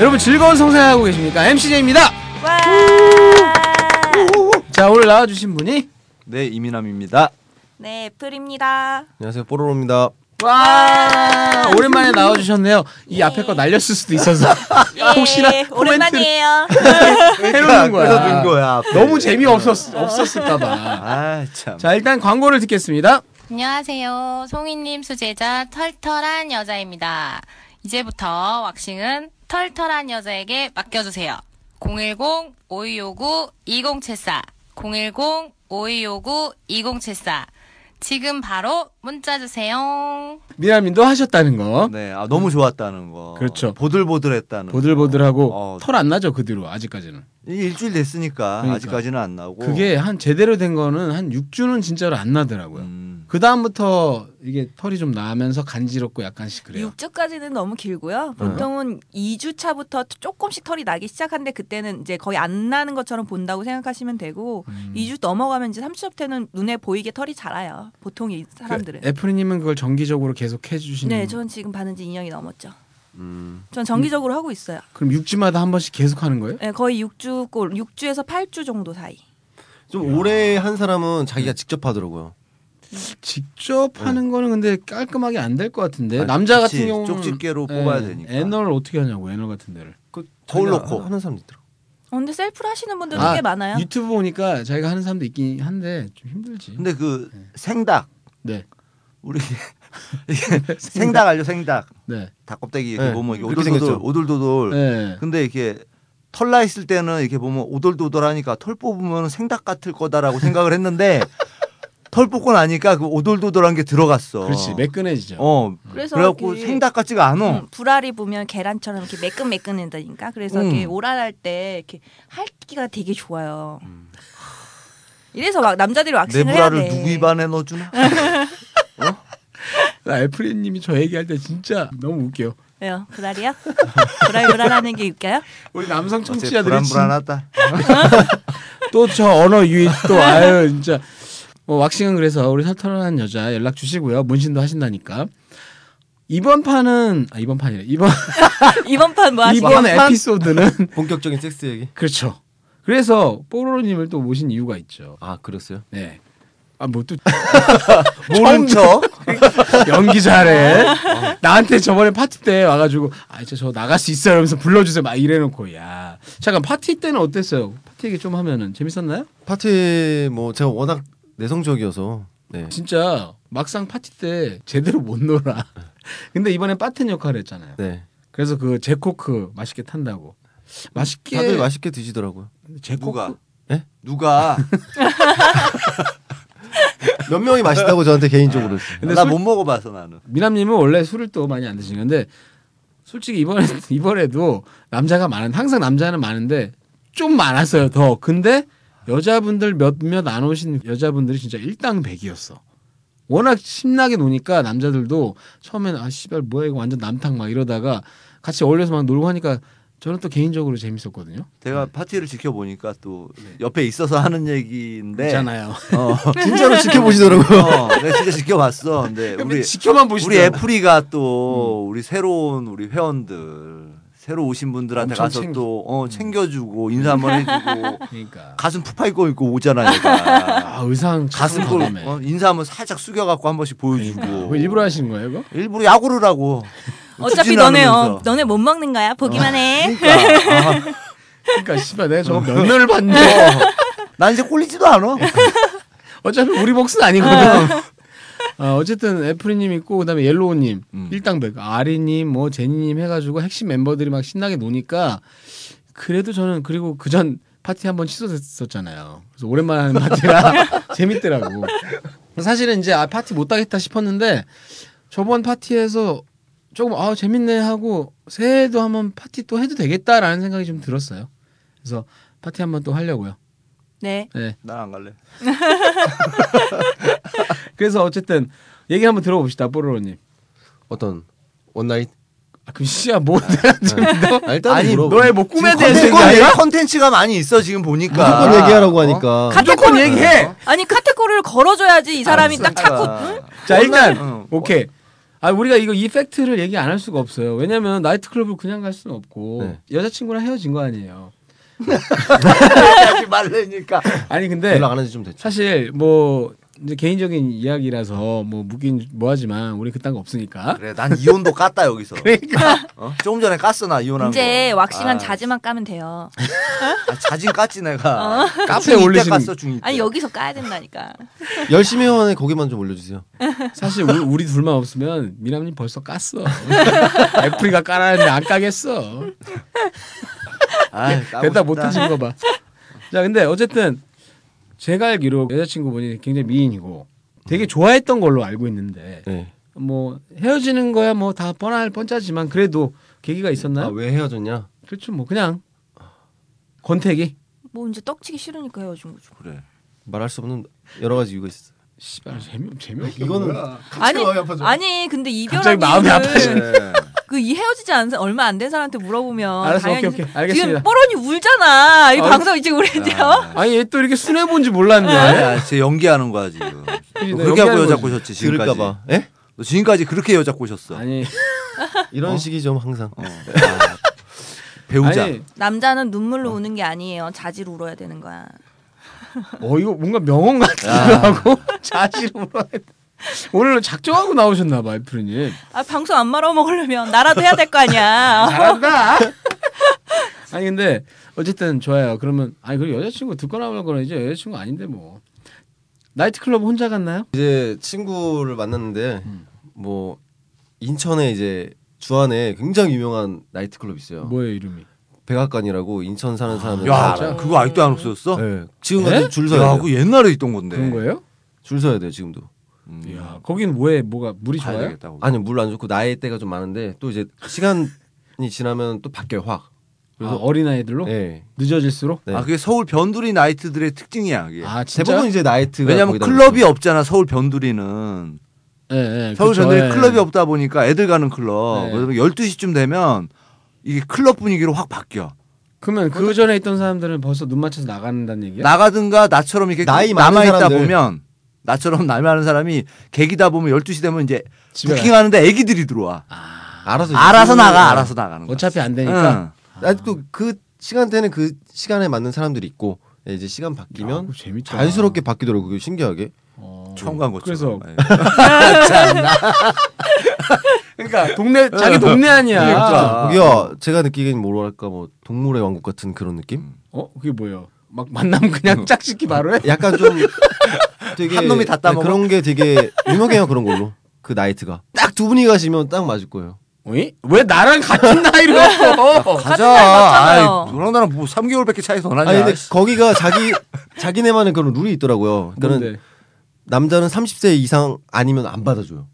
여러분 즐거운 성생하고 계십니까? MCJ입니다. 와! 자 오늘 나와주신 분이 네 이민함입니다. 네, 애플입니다. 안녕하세요 뽀로로입니다. 와 아, 오랜만에 나와주셨네요. 이 앞에 거 날렸을 수도 있어서 혹시나 예, 코멘트를- 오랜만이에요. 해놓는 거야. 둔 그러니까 아, 거야. 아. 네. 너무 재미 없었 없었을까봐. 아 참. 자 일단 광고를 듣겠습니다. 안녕하세요. 송이님 수제자 털털한 여자입니다. 이제부터 왁싱은 털털한 여자에게 맡겨주세요. 010-5259-2074. 010-5259-2074. 지금 바로 문자 주세요. 미나민도 하셨다는 거. 네, 아, 너무 좋았다는 거. 그렇죠. 보들보들했다는. 보들보들하고 거. 어, 털 안 나죠 그대로 아직까지는. 이 일주일 됐으니까 그러니까. 아직까지는 안 나오고. 그게 한 제대로 된 거는 한 6주는 진짜로 안 나더라고요. 음, 그 다음부터 이게 털이 좀 나면서 간지럽고 약간씩 그래요. 어. 6주까지는 너무 길고요. 보통은 2주 차부터 조금씩 털이 나기 시작한데 그때는 이제 거의 안 나는 것처럼 본다고 생각하시면 되고 음. 2주 넘어가면 이제 3주 때는 눈에 보이게 털이 자라요. 보통 이 사람들은. 그 애프리님은 그걸 정기적으로 계속 해주시는. 네, 저는 지금 받은 지 2년이 넘었죠. 음. 전 정기적으로 하고 있어요. 그럼 6주마다 한 번씩 계속 하는 거예요? 네, 거의 6주 꼴, 6주에서 8주 정도 사이. 좀 오래 한 사람은 자기가 직접 하더라고요. 직접 하는 거는 근데 깔끔하게 안 될 것 같은데 네. 아니, 남자 그치. 같은 경우는 쪽집게로 예, 뽑아야 되니까. 애널 어떻게 하냐고 애널 같은 데를 그 거울 자기가 놓고. 하는 사람도 있더라고. 어, 근데 셀프를 하시는 분들도 아, 꽤 많아요. 유튜브 보니까 자기가 하는 사람도 있긴 한데 좀 힘들지. 근데 그 생닭 네, 우리 이게 생닭 알죠 생닭 네, 닭껍데기 이렇게 네, 보면 이렇게 그렇게 오돌도돌 생겼죠. 오돌도돌. 네. 근데 이렇게 털 나 있을 때는 이렇게 보면 오돌도돌하니까 털 뽑으면 생닭 같을 거다라고 생각을 했는데 털 뽑고 나니까 그 오돌도돌한 게 들어갔어. 그렇지 매끈해지죠. 어. 그래서 그래갖고 그- 생닭 같지가 않아. 음, 불알이 보면 계란처럼 이렇게 매끈매끈해다니까. 그래서 음. 이렇게 오랄할 때 이렇게 할기가 되게 좋아요. 이래서 막 남자들이 내 왁싱을 해야 돼. 아, 불화를 누구 입안에 넣어주나? 나 애플리님이 저 얘기할 때 진짜 너무 웃겨요. 왜요? 불알이요? 불알 불알하는 게 있까요? 우리 남성 어째 청취자들이 불안불안하다. 또 저 언어 유입 또 아유 진짜 뭐 왁싱은 그래서 우리 사털한 여자 연락 주시고요. 문신도 하신다니까. 이번 판은 아 이번 판이래. 이번 이번 판 뭐 하시고? 이번 에피소드는 본격적인 섹스 얘기. 그렇죠. 그래서 뽀로로님을 또 모신 이유가 있죠. 아 그랬어요? 네. 아 뭐 또 모른 척. 연기 잘해. 아. 나한테 저번에 파티 때 와가지고 아 이제 저 나갈 수 있어요. 이러면서 불러주세요. 막 이래놓고 야 잠깐 파티 때는 어땠어요? 파티 얘기 좀 하면은 재밌었나요? 파티 뭐 제가 워낙 내성적이어서 네. 진짜 막상 파티 때 제대로 못 놀아. 근데 이번에 빠텐 역할을 했잖아요. 네. 그래서 그 제코크 맛있게 탄다고. 맛있게 다들 맛있게 드시더라고요. 제코크 누가? 네? 예? 누가? 몇 명이 맛있다고 저한테 개인적으로 했어요. 근데 나 솔- 못 먹어봐서 나는. 미남님은 원래 술을 또 많이 안 드시는 건데 솔직히 이번에 이번에도 남자가 많은 항상 남자는 많은데 좀 많았어요 더 근데 여자분들 몇몇 안 오신 여자분들이 진짜 일당백이었어 워낙 신나게 노니까 남자들도 처음엔 아 씨발 뭐야 이거 완전 남탕 막 이러다가 같이 어울려서 막 놀고 하니까 저는 또 개인적으로 재밌었거든요 제가 파티를 지켜보니까 또 네. 옆에 있어서 하는 얘기인데. 있잖아요 어. 진짜로 지켜보시더라고요. 어, 내가 진짜 지켜봤어. 근데 우리 지켜만 우리 보시더라고요 애프리가 또 우리 새로운 우리 회원들 새로 오신 분들한테 엄청 가서 챙기- 또 어, 챙겨주고 인사 한번 해주고 그러니까 가슴 푸파 입고 입고 오잖아 얘가. 아 의상 가슴 걸 걸 어, 인사 한번 살짝 숙여갖고 한 번씩 보여주고. 왜 일부러 하시는 거예요 이거? 일부러 야구를 하고. 어차피 너네 어, 너네 못 먹는 거야. 보기만 어. 해. 그러니까. 아, 그러니까 씨발 내가 저거 몇 년을 봤는데 어. 난 이제 꼴리지도 않아. 어차피 우리 몫은 아니거든. 어, 어쨌든 애프리님 있고 그다음에 옐로우님, 음. 일당백, 아리님, 뭐 제니님 해가지고 핵심 멤버들이 막 신나게 노니까 그래도 저는 그리고 그 전 파티 한 번 취소됐었잖아요. 그래서 오랜만에 하는 파티라 재밌더라고. 사실은 이제 아, 파티 못 하겠다 싶었는데 저번 파티에서 조금 아 재밌네 하고 새해에도 한번 파티 또 해도 되겠다라는 생각이 좀 들었어요. 그래서 파티 한번 또 하려고요. 네. 네. 난 안 갈래. 그래서 어쨌든 얘기 한번 들어봅시다 뽀로로님. 어떤 원나잇? 아, 그 씨야 뭔데? 아, 일단 아니, 물어보. 너의 뭐 꿈에 대해서 무조건 얘기- 얘기하냐? 컨텐츠가 많이 있어 지금 보니까. 무조건 얘기하라고 어? 하니까. 무조건 얘기해. 아니 카테고리를 걸어줘야지 이 사람이 딱 자꾸 어? 응? 자 일단 응. 오케이. 아 우리가 이거 이펙트를 얘기 안 할 수가 없어요. 왜냐면 나이트클럽을 그냥 갈 수는 없고 네. 여자친구랑 헤어진 거 아니에요. 하지 말래니까. 아니 근데 연락 안 한지 좀 됐죠. 사실 뭐 이제 개인적인 이야기라서 뭐 묻긴 뭐하지만 우리 그딴 거 없으니까. 그래, 난 이혼도 깠다 여기서. 그러니까 어? 조금 전에 깠어 나 이혼한 이제 거. 왁싱한 아, 자지만 까면 돼요. 아, 자진 깠지 내가. 카페에 중2 때 올리신- 깠어 중2 때. 어. 아니 여기서 까야 된다니까. 열심히 해원에 거기만 좀 올려주세요. 사실 우리, 우리 둘만 없으면 미남님 벌써 깠어. 애플이가 깔았는데 안 까겠어. 아이, 까고 대답 싶다. 못 하신 거 봐. 자 근데 어쨌든 제가 알기로 여자친구분이 굉장히 미인이고 되게 좋아했던 걸로 알고 있는데 네. 뭐 헤어지는 거야 뭐 다 뻔할 뻔짜지만 그래도 계기가 있었나요? 아왜 헤어졌냐? 그렇죠 뭐 그냥 권태기 뭐 이제 떡치기 싫으니까 헤어진 거죠. 그래. 말할 수 없는 여러 가지 이유가 있어. 씨발 재미 아, 재미없게 이거는 아니 아니 근데 이별한 갑자기 마음이 이유를 아파지네. 네. 그이 헤어지지 않은 사- 얼마 안 된 사람한테 물어보면 알았어, 당연히 오케이, 오케이. 알겠습니다. 지금 뽀로니 울잖아. 이 아, 방송 이제 우리 이제 어? 아니 얘 또 이렇게 순해 본지 몰랐네. 아, 쟤 연기하는 거야 지금. 이게 너 나 그렇게 하고 연기하는 여자 거지. 꼬셨지 지금까지. 들을까봐. 예? 너 지금까지 그렇게 여자 꼬셨어. 아니 이런 식이 좀 항상. 어. 아, 배우자. 아니 남자는 눈물로 우는 게 아니에요. 자지로 울어야 되는 거야. 어 이거 뭔가 명언 아. 같기도 하고 자지로 물어야 돼. 오늘 작정하고 나오셨나 봐, 이프리님. 아 방송 안 말아 먹으려면 나라도 해야 될 거 아니야. 잘한다. 아니 근데 어쨌든 좋아요. 그러면 아니 그리고 여자친구 듣거나 말거나 이제 여자친구 아닌데 뭐 나이트클럽 혼자 갔나요? 이제 친구를 만났는데 뭐 인천에 이제 주안에 굉장히 유명한 나이트클럽 있어요. 뭐예요 이름이? 백악관이라고 백악관이라고 인천 사는 사람들. 아, 야, 진짜? 그거 아직도 안 없어졌어? 예? 지금까지 줄 야, 서야 돼요. 그거 옛날에 있던 건데. 그런 거예요? 줄 서야 돼요 지금도. 네. 음. 이야 거긴 뭐에 뭐가 물이 가야 좋아요? 되겠다, 거기. 아니 물 안 좋고 나이 때가 좀 많은데 또 이제 시간이 지나면 또 바뀌어요 확. 그래서 어린 아이들로 네. 예. 늦어질수록 네. 아, 그게 서울 변두리 나이트들의 예. 특징이야, 그게. 아 진짜? 대부분 이제 나이트가 왜냐면 거기다 클럽이 없잖아, 서울 변두리는. 예, 예, 서울 그쵸, 전에 예. 클럽이 없다 보니까 애들 가는 클럽. 네. 그래서 12시쯤 되면 이게 클럽 분위기로 확 바뀌어. 그러면 그 전에 있던 사람들은 벌써 눈 맞춰서 나간다는 얘기야? 뭐 나가든가 나처럼 이렇게 나이 많은 남아 있다 사람들. 보면 나처럼 나이 많은 사람이 계기다 보면 12시 되면 이제 집에 부킹하는데 애기들이 들어와. 그렇죠. 알아서 알아서 이제- 나가, 알아서 나가는 거야. 어차피 안 되니까. 응. 아직도 그 시간대는 그 시간에 맞는 사람들이 있고 예, 이제 시간 야, 바뀌면 그거 재밌다. 자연스럽게 바뀌더라고요. 그게 신기하게. 어. 처음 간 네. 예. 그래서 것처럼. 그래서 그러니까 동네 자기 동네 아니야. 그러니까. 아. 거기야 예, 그렇죠. 제가 느끼기엔 뭐랄까 뭐 동물의 왕국 같은 그런 느낌? 음. 어 그게 뭐예요? 막 만나면 그냥 짝짓기 바로 해? 약간 좀 되게 네, 한 놈이 다 따먹어? 그런 게 되게 유명해요 그런 걸로 그 나이트가 딱 두 분이 가시면 딱 맞을 거예요. 어이? 왜 나랑 같은 나이를 갖고? 같은 날 어, 봤잖아요. 아이, 너랑 나랑 뭐 3개월밖에 차이 더 나냐? 아니 근데 거기가 자기 자기네만의 그런 룰이 있더라고요. 그러니까 뭔데? 남자는 30세 이상 아니면 안 받아줘요.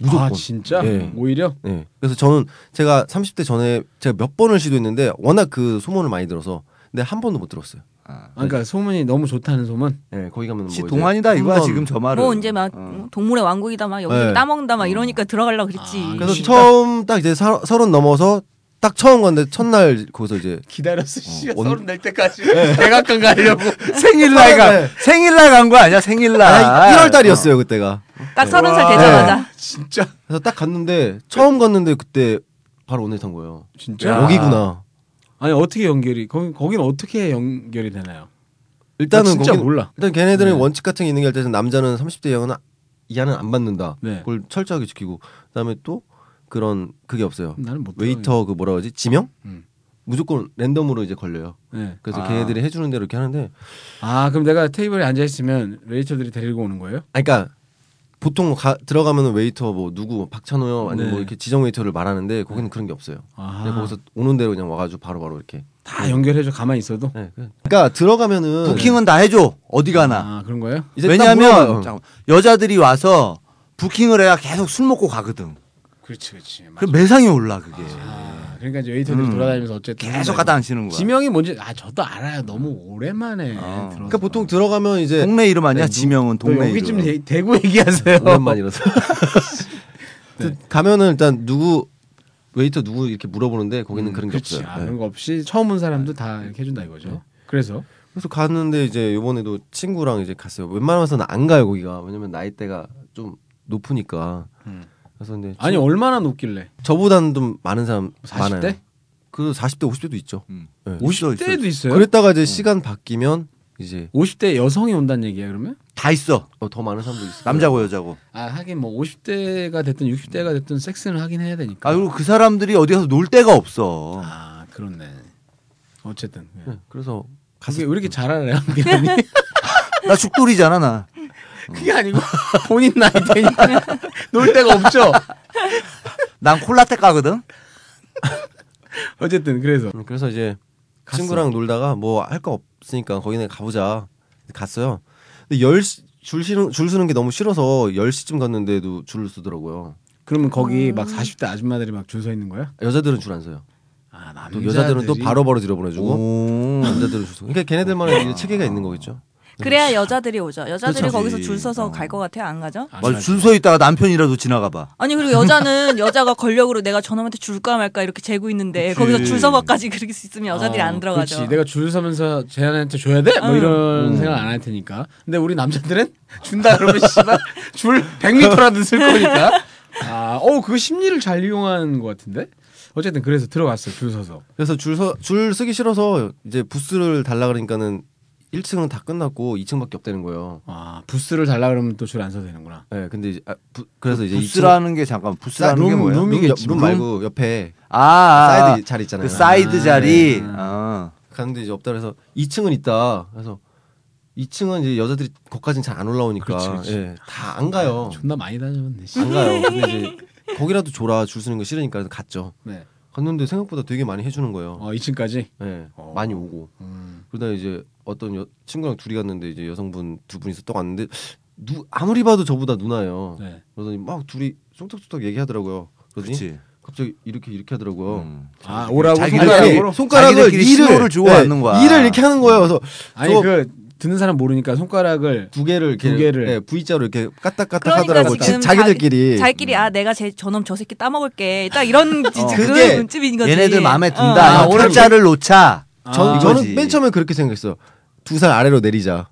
무조건. 아 진짜? 예. 오히려? 네. 그래서 저는 제가 30대 전에 제가 몇 번을 시도했는데 워낙 그 소문을 많이 들어서 근데 한 번도 못 들었어요. 아, 아, 그러니까 소문이 너무 좋다는 소문. 네, 거기 가면 뭐 씨 이제 동안이다 이거야 한번- 지금 저 말은. 뭐 이제 막 어. 동물의 왕국이다 막 여기저기 네. 따먹는다 막 이러니까 들어가려고 그랬지. 아, 그래서 진짜? 처음 딱 이제 서, 서른 넘어서 딱 처음 건데 첫날 거기서 이제 기다렸어. 씨, 온- 서른 될 때까지 대각관 가려고. 생일날 가 네. 생일날 간 거 아니야 생일날. 아, 1월 달이었어요 그때가. 딱 서른 우와. 살 되자마자 진짜? 그래서 딱 갔는데 처음 갔는데 그때 바로 온에 탄 거예요. 진짜? 야. 여기구나. 아니 어떻게 연결이? 거기 거긴 어떻게 연결이 되나요? 나 일단은 진짜 거기 몰라. 일단 걔네들은 네. 원칙 같은 게 있는 게 일단 남자는 30대 이하는 이하는 안 받는다. 네. 그걸 철저하게 지키고 그다음에 또 그런 그게 없어요. 나는 못. 웨이터 그 뭐라 그러지 지명? 음. 무조건 랜덤으로 이제 걸려요. 들어가겠- 네. 그래서 아. 걔네들이 해주는 대로 이렇게 하는데, 아 그럼 내가 테이블에 앉아 있으면 웨이터들이 데리고 오는 거예요? 아 그러니까 보통 가, 들어가면 은 웨이터 뭐 누구 박찬호요 아니면 네. 뭐 이렇게 지정 웨이터를 말하는데 거기는 그런 게 없어요. 아 그냥 거기서 오는 대로 그냥 와가지고 바로바로 이렇게. 다 연결해줘 가만히 있어도. 네, 그- 그러니까 들어가면은 부킹은 다 해줘 어디 가나. 아 그런 거예요? 이제 딱 물어봐요. 왜냐하면 잠깐만, 여자들이 와서 부킹을 해야 계속 술 먹고 가거든. 그렇지 그렇지. 그 매상이 올라 그게. 아, 그러니까 이제 웨이터들이 음. 돌아다니면서 어쨌든 계속 갖다 앉히는 거야. 지명이 뭔지 아 저도 알아요. 너무 오랜만에 아. 들어. 그러니까 보통 들어가면 이제 동네 이름 아니야? 네, 지명은 동네 여기 좀 이름. 대- 대구 얘기하세요. 오랜만이라서 네. 가면은 일단 누구 웨이터 누구 이렇게 물어보는데 거기는 그런 게 그렇지. 없어요. 아, 네. 그런 거 없이 처음 온 사람도 다 이렇게 해준다 이거죠. 네. 그래서 그래서 갔는데 이제 요번에도 친구랑 이제 갔어요. 웬만해서는 안 가요 거기가 왜냐면 나이대가 좀 높으니까. 음. 그래서 근데 아니 좀 얼마나 네, 높길래 저보다는 좀 많은 사람 40대? 많아요. 그 40대 50대도 있죠. 음. 네. 있어, 있어, 50대도 있어요? 그랬다가 이제 시간 바뀌면 이제 50대 여성이 온다는 얘기야 그러면? 다 있어. 어, 더 많은 사람도 있어요. 남자고 여자고. 아 하긴 뭐 50대가 됐든 60대가 됐든 섹스는 하긴 해야 되니까. 아 그리고 그 사람들이 어디 가서 놀 데가 없어. 아 그렇네. 어쨌든 네, 그래서 그게 가서 왜 이렇게 잘 알아요? 미란이? 나 죽돌이잖아 나. 그게 아니고 본인 나이 되니까 놀 데가 없죠. 난 콜라테 까거든. 어쨌든 그래서 음, 그래서 이제 갔어. 친구랑 놀다가 뭐 할 거 없으니까 거기는 가보자 갔어요. 근데 열줄 서는 줄 서는 게 너무 싫어서 10시쯤 갔는데도 줄을 서더라고요. 그러면 거기 음. 막 40대 아줌마들이 막 줄 서 있는 거야? 여자들은 줄 안 서요. 아 또 남자들이 여자들은 또 바로바로 들어보내주고 오. 남자들은 줄 서. 그러니까 걔네들만의 아. 이제 체계가 있는 거겠죠. 그래야 여자들이 오죠. 여자들이 그렇지. 거기서 줄 서서 어. 갈 것 같아요. 안 가죠? 아, 맞아 줄서 있다가 남편이라도 지나가 봐. 아니 그리고 여자는 여자가 권력으로 내가 저놈한테 줄까 말까 이렇게 재고 있는데 그치. 거기서 줄 서서까지 그렇게 있으면 여자들이 아, 안 들어가죠. 그렇지. 내가 줄 서면서 쟤한테 줘야 돼? 뭐 응. 이런 생각 안 할 테니까. 근데 우리 남자들은 준다 그러면 씨발 줄 100m라도 쓸 거니까. 아, 어 그거 심리를 잘 이용한 것 같은데. 어쨌든 그래서 들어갔어 줄 서서. 그래서 줄 서 줄 서기 싫어서 이제 부스를 달라 그러니까는 1층은 다 끝났고 2층밖에 없다는 거예요. 아 부스를 달라 그러면 또 줄 안 서도 되는구나. 예. 근데 이제 아, 부- 그래서 이제 부스라는 게 잠깐 부스라는 게 뭐야? 룸, 룸, 룸이겠지, 룸 말고 옆에 아, 아, 아. 사이드 자리 있잖아요. 그 사이드 아, 자리. 네. 아. 갔는데 이제 없다 그래서 2층은 있다. 그래서 2층은 이제 여자들이 거기까지는 잘 안 그렇지, 올라오니까 그렇지. 아, 예, 다 안 가요. 존나 많이 다녔네. 씨. 안 가요. 근데 이제 거기라도 줘라 줄 서는 거 싫으니까 그래서 갔죠. 네. 갔는데 생각보다 되게 많이 해주는 거예요. 어 2층까지. 예, 어. 많이 오고 음. 그러다 이제 어떤 여, 친구랑 둘이 갔는데 이제 여성분 두 분이서 또 갔는데 누 아무리 봐도 저보다 누나예요. 네. 그러더니 막 둘이 쑥덕쑥덕 얘기하더라고요. 그러더니 그렇지. 갑자기 이렇게 이렇게 하더라고요. 음. 아 오라고 자기- 손가락으로. 자기- 자기들끼리 신호를 주고 받는 거야. 일을 예, 이렇게 하는 거예요. 그래서 아니 저- 그 듣는 사람 모르니까 손가락을 두 개를 이렇게 두 개를. 예, V자로 이렇게 까딱까딱 그러니까 하더라고. 지금 자, 자기들끼리 자기끼리 아 내가 제 저놈 저 새끼 따먹을게 딱 이런 지- 그 그게 눈집인 거지. 어. 얘네들 마음에 아, 든다. 아, 오늘 탈자를 놓자. 전, 아. 저는 이거지. 맨 처음에 그렇게 생각했어요. 두 살 아래로 내리자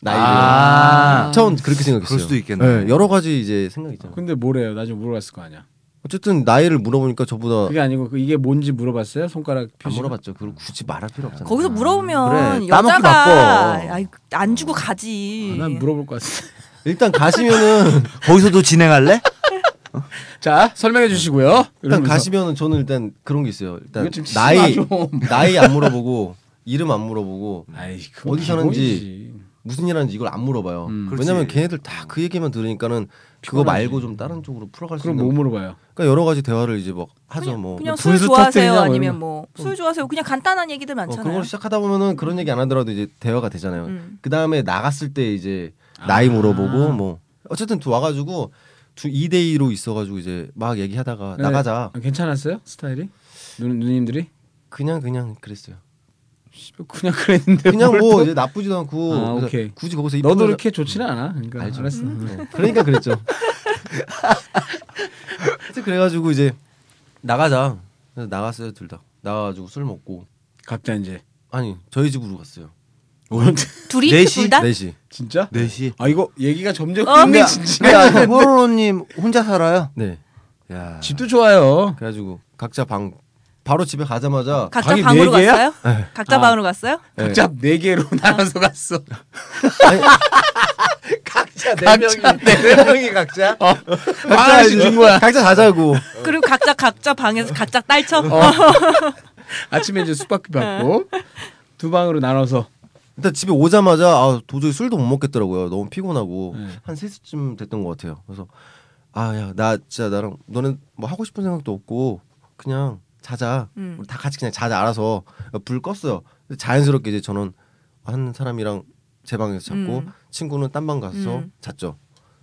나이를. 아. 처음 그렇게 생각했어요. 그럴 수도 있겠네. 예, 여러 가지 이제 생각이 있잖아요. 근데 뭐래요? 나중에 물어봤을 거 아니야. 어쨌든 나이를 물어보니까 저보다 그게 아니고 그 이게 뭔지 물어봤어요? 손가락 안 표시. 물어봤죠. 그걸 굳이 말할 필요 없잖아요. 거기서 물어보면 그래, 따먹기 여자가 바빠. 아이, 안 주고 가지. 아, 난 물어볼 것 같아. 일단 가시면은 거기서도 진행할래? 자 설명해 주시고요. 일단 이러면서. 가시면은 저는 일단 그런 게 있어요. 일단 이거 좀 심하죠. 나이 나이 안 물어보고 이름 안 물어보고 아이 어디 사는지. 무슨 일 하는지 이걸 안 물어봐요. 음. 왜냐면 그렇지. 걔네들 다 그 얘기만 들으니까는 그거 피곤하지. 말고 좀 다른 쪽으로 풀어갈 수 그럼 있는 뭐 물어봐요? 그러니까 여러 가지 대화를 이제 막 하죠 그냥, 뭐. 그냥 뭐 술 분수 좋아하세요 터뜨리냐 뭐 아니면 이런 뭐 술 좋아하세요 그냥 간단한 얘기들 어, 많잖아요. 그걸 시작하다 보면은 그런 얘기 안 하더라도 이제 대화가 되잖아요. 음. 그 다음에 나갔을 때 이제 나이 아. 물어보고 뭐 어쨌든 두 와가지고 두 2대2로 있어가지고 이제 막 얘기하다가 네. 나가자 아, 괜찮았어요 스타일이? 누, 누님들이? 그냥 그냥 그랬어요. 씨발, 그냥 그랬는데 그냥 네, 뭘 뭐 또- 이제 나쁘지도 않고 아, 그래서 오케이. 굳이 거기서 이쁜 너도 여자- 이렇게 좋지는 않아. 그러니까 알죠. 알았어. 네. 그러니까 그랬죠. 하여튼 그래가지고 이제 나가자. 그래서 나갔어요 둘 다. 나가가지고 술 먹고 갑자 이제 아니 저희 집으로 갔어요. 네 둘이 넷이? 둘 다? 넷이. 진짜? 4시. 아 이거 얘기가 점점 어? 근데 진짜 야, 호로로님 혼자 살아요? 네. 야. 집도 좋아요. 그래가지고 각자 방 바로 집에 가자마자 각자 방이 방으로 네 개야? 갔어요? 각자 아. 방으로 갔어요? 예. 각자 네 개로 나눠서 갔어. 아니, 각자 네 각자 네 명이 각자. 어. 하나씩 이제 준 거야. 각자 자자고. 그리고 각자 각자 방에서 각자 딸쳐. 아침에 이제 숙박비 받고 두 방으로 나눠서 일단 집에 오자마자 아 도저히 술도 못 먹겠더라고요. 너무 피곤하고 네. 한 세 시쯤 됐던 것 같아요. 그래서 아 야 나 진짜 나랑 너는 뭐 하고 싶은 생각도 없고 그냥 자자. 음. 우리 다 같이 그냥 자자 알아서 불 껐어요. 근데 자연스럽게 이제 저는 한 사람이랑 제 방에서 잤고 음. 친구는 딴 방 가서 음. 잤죠.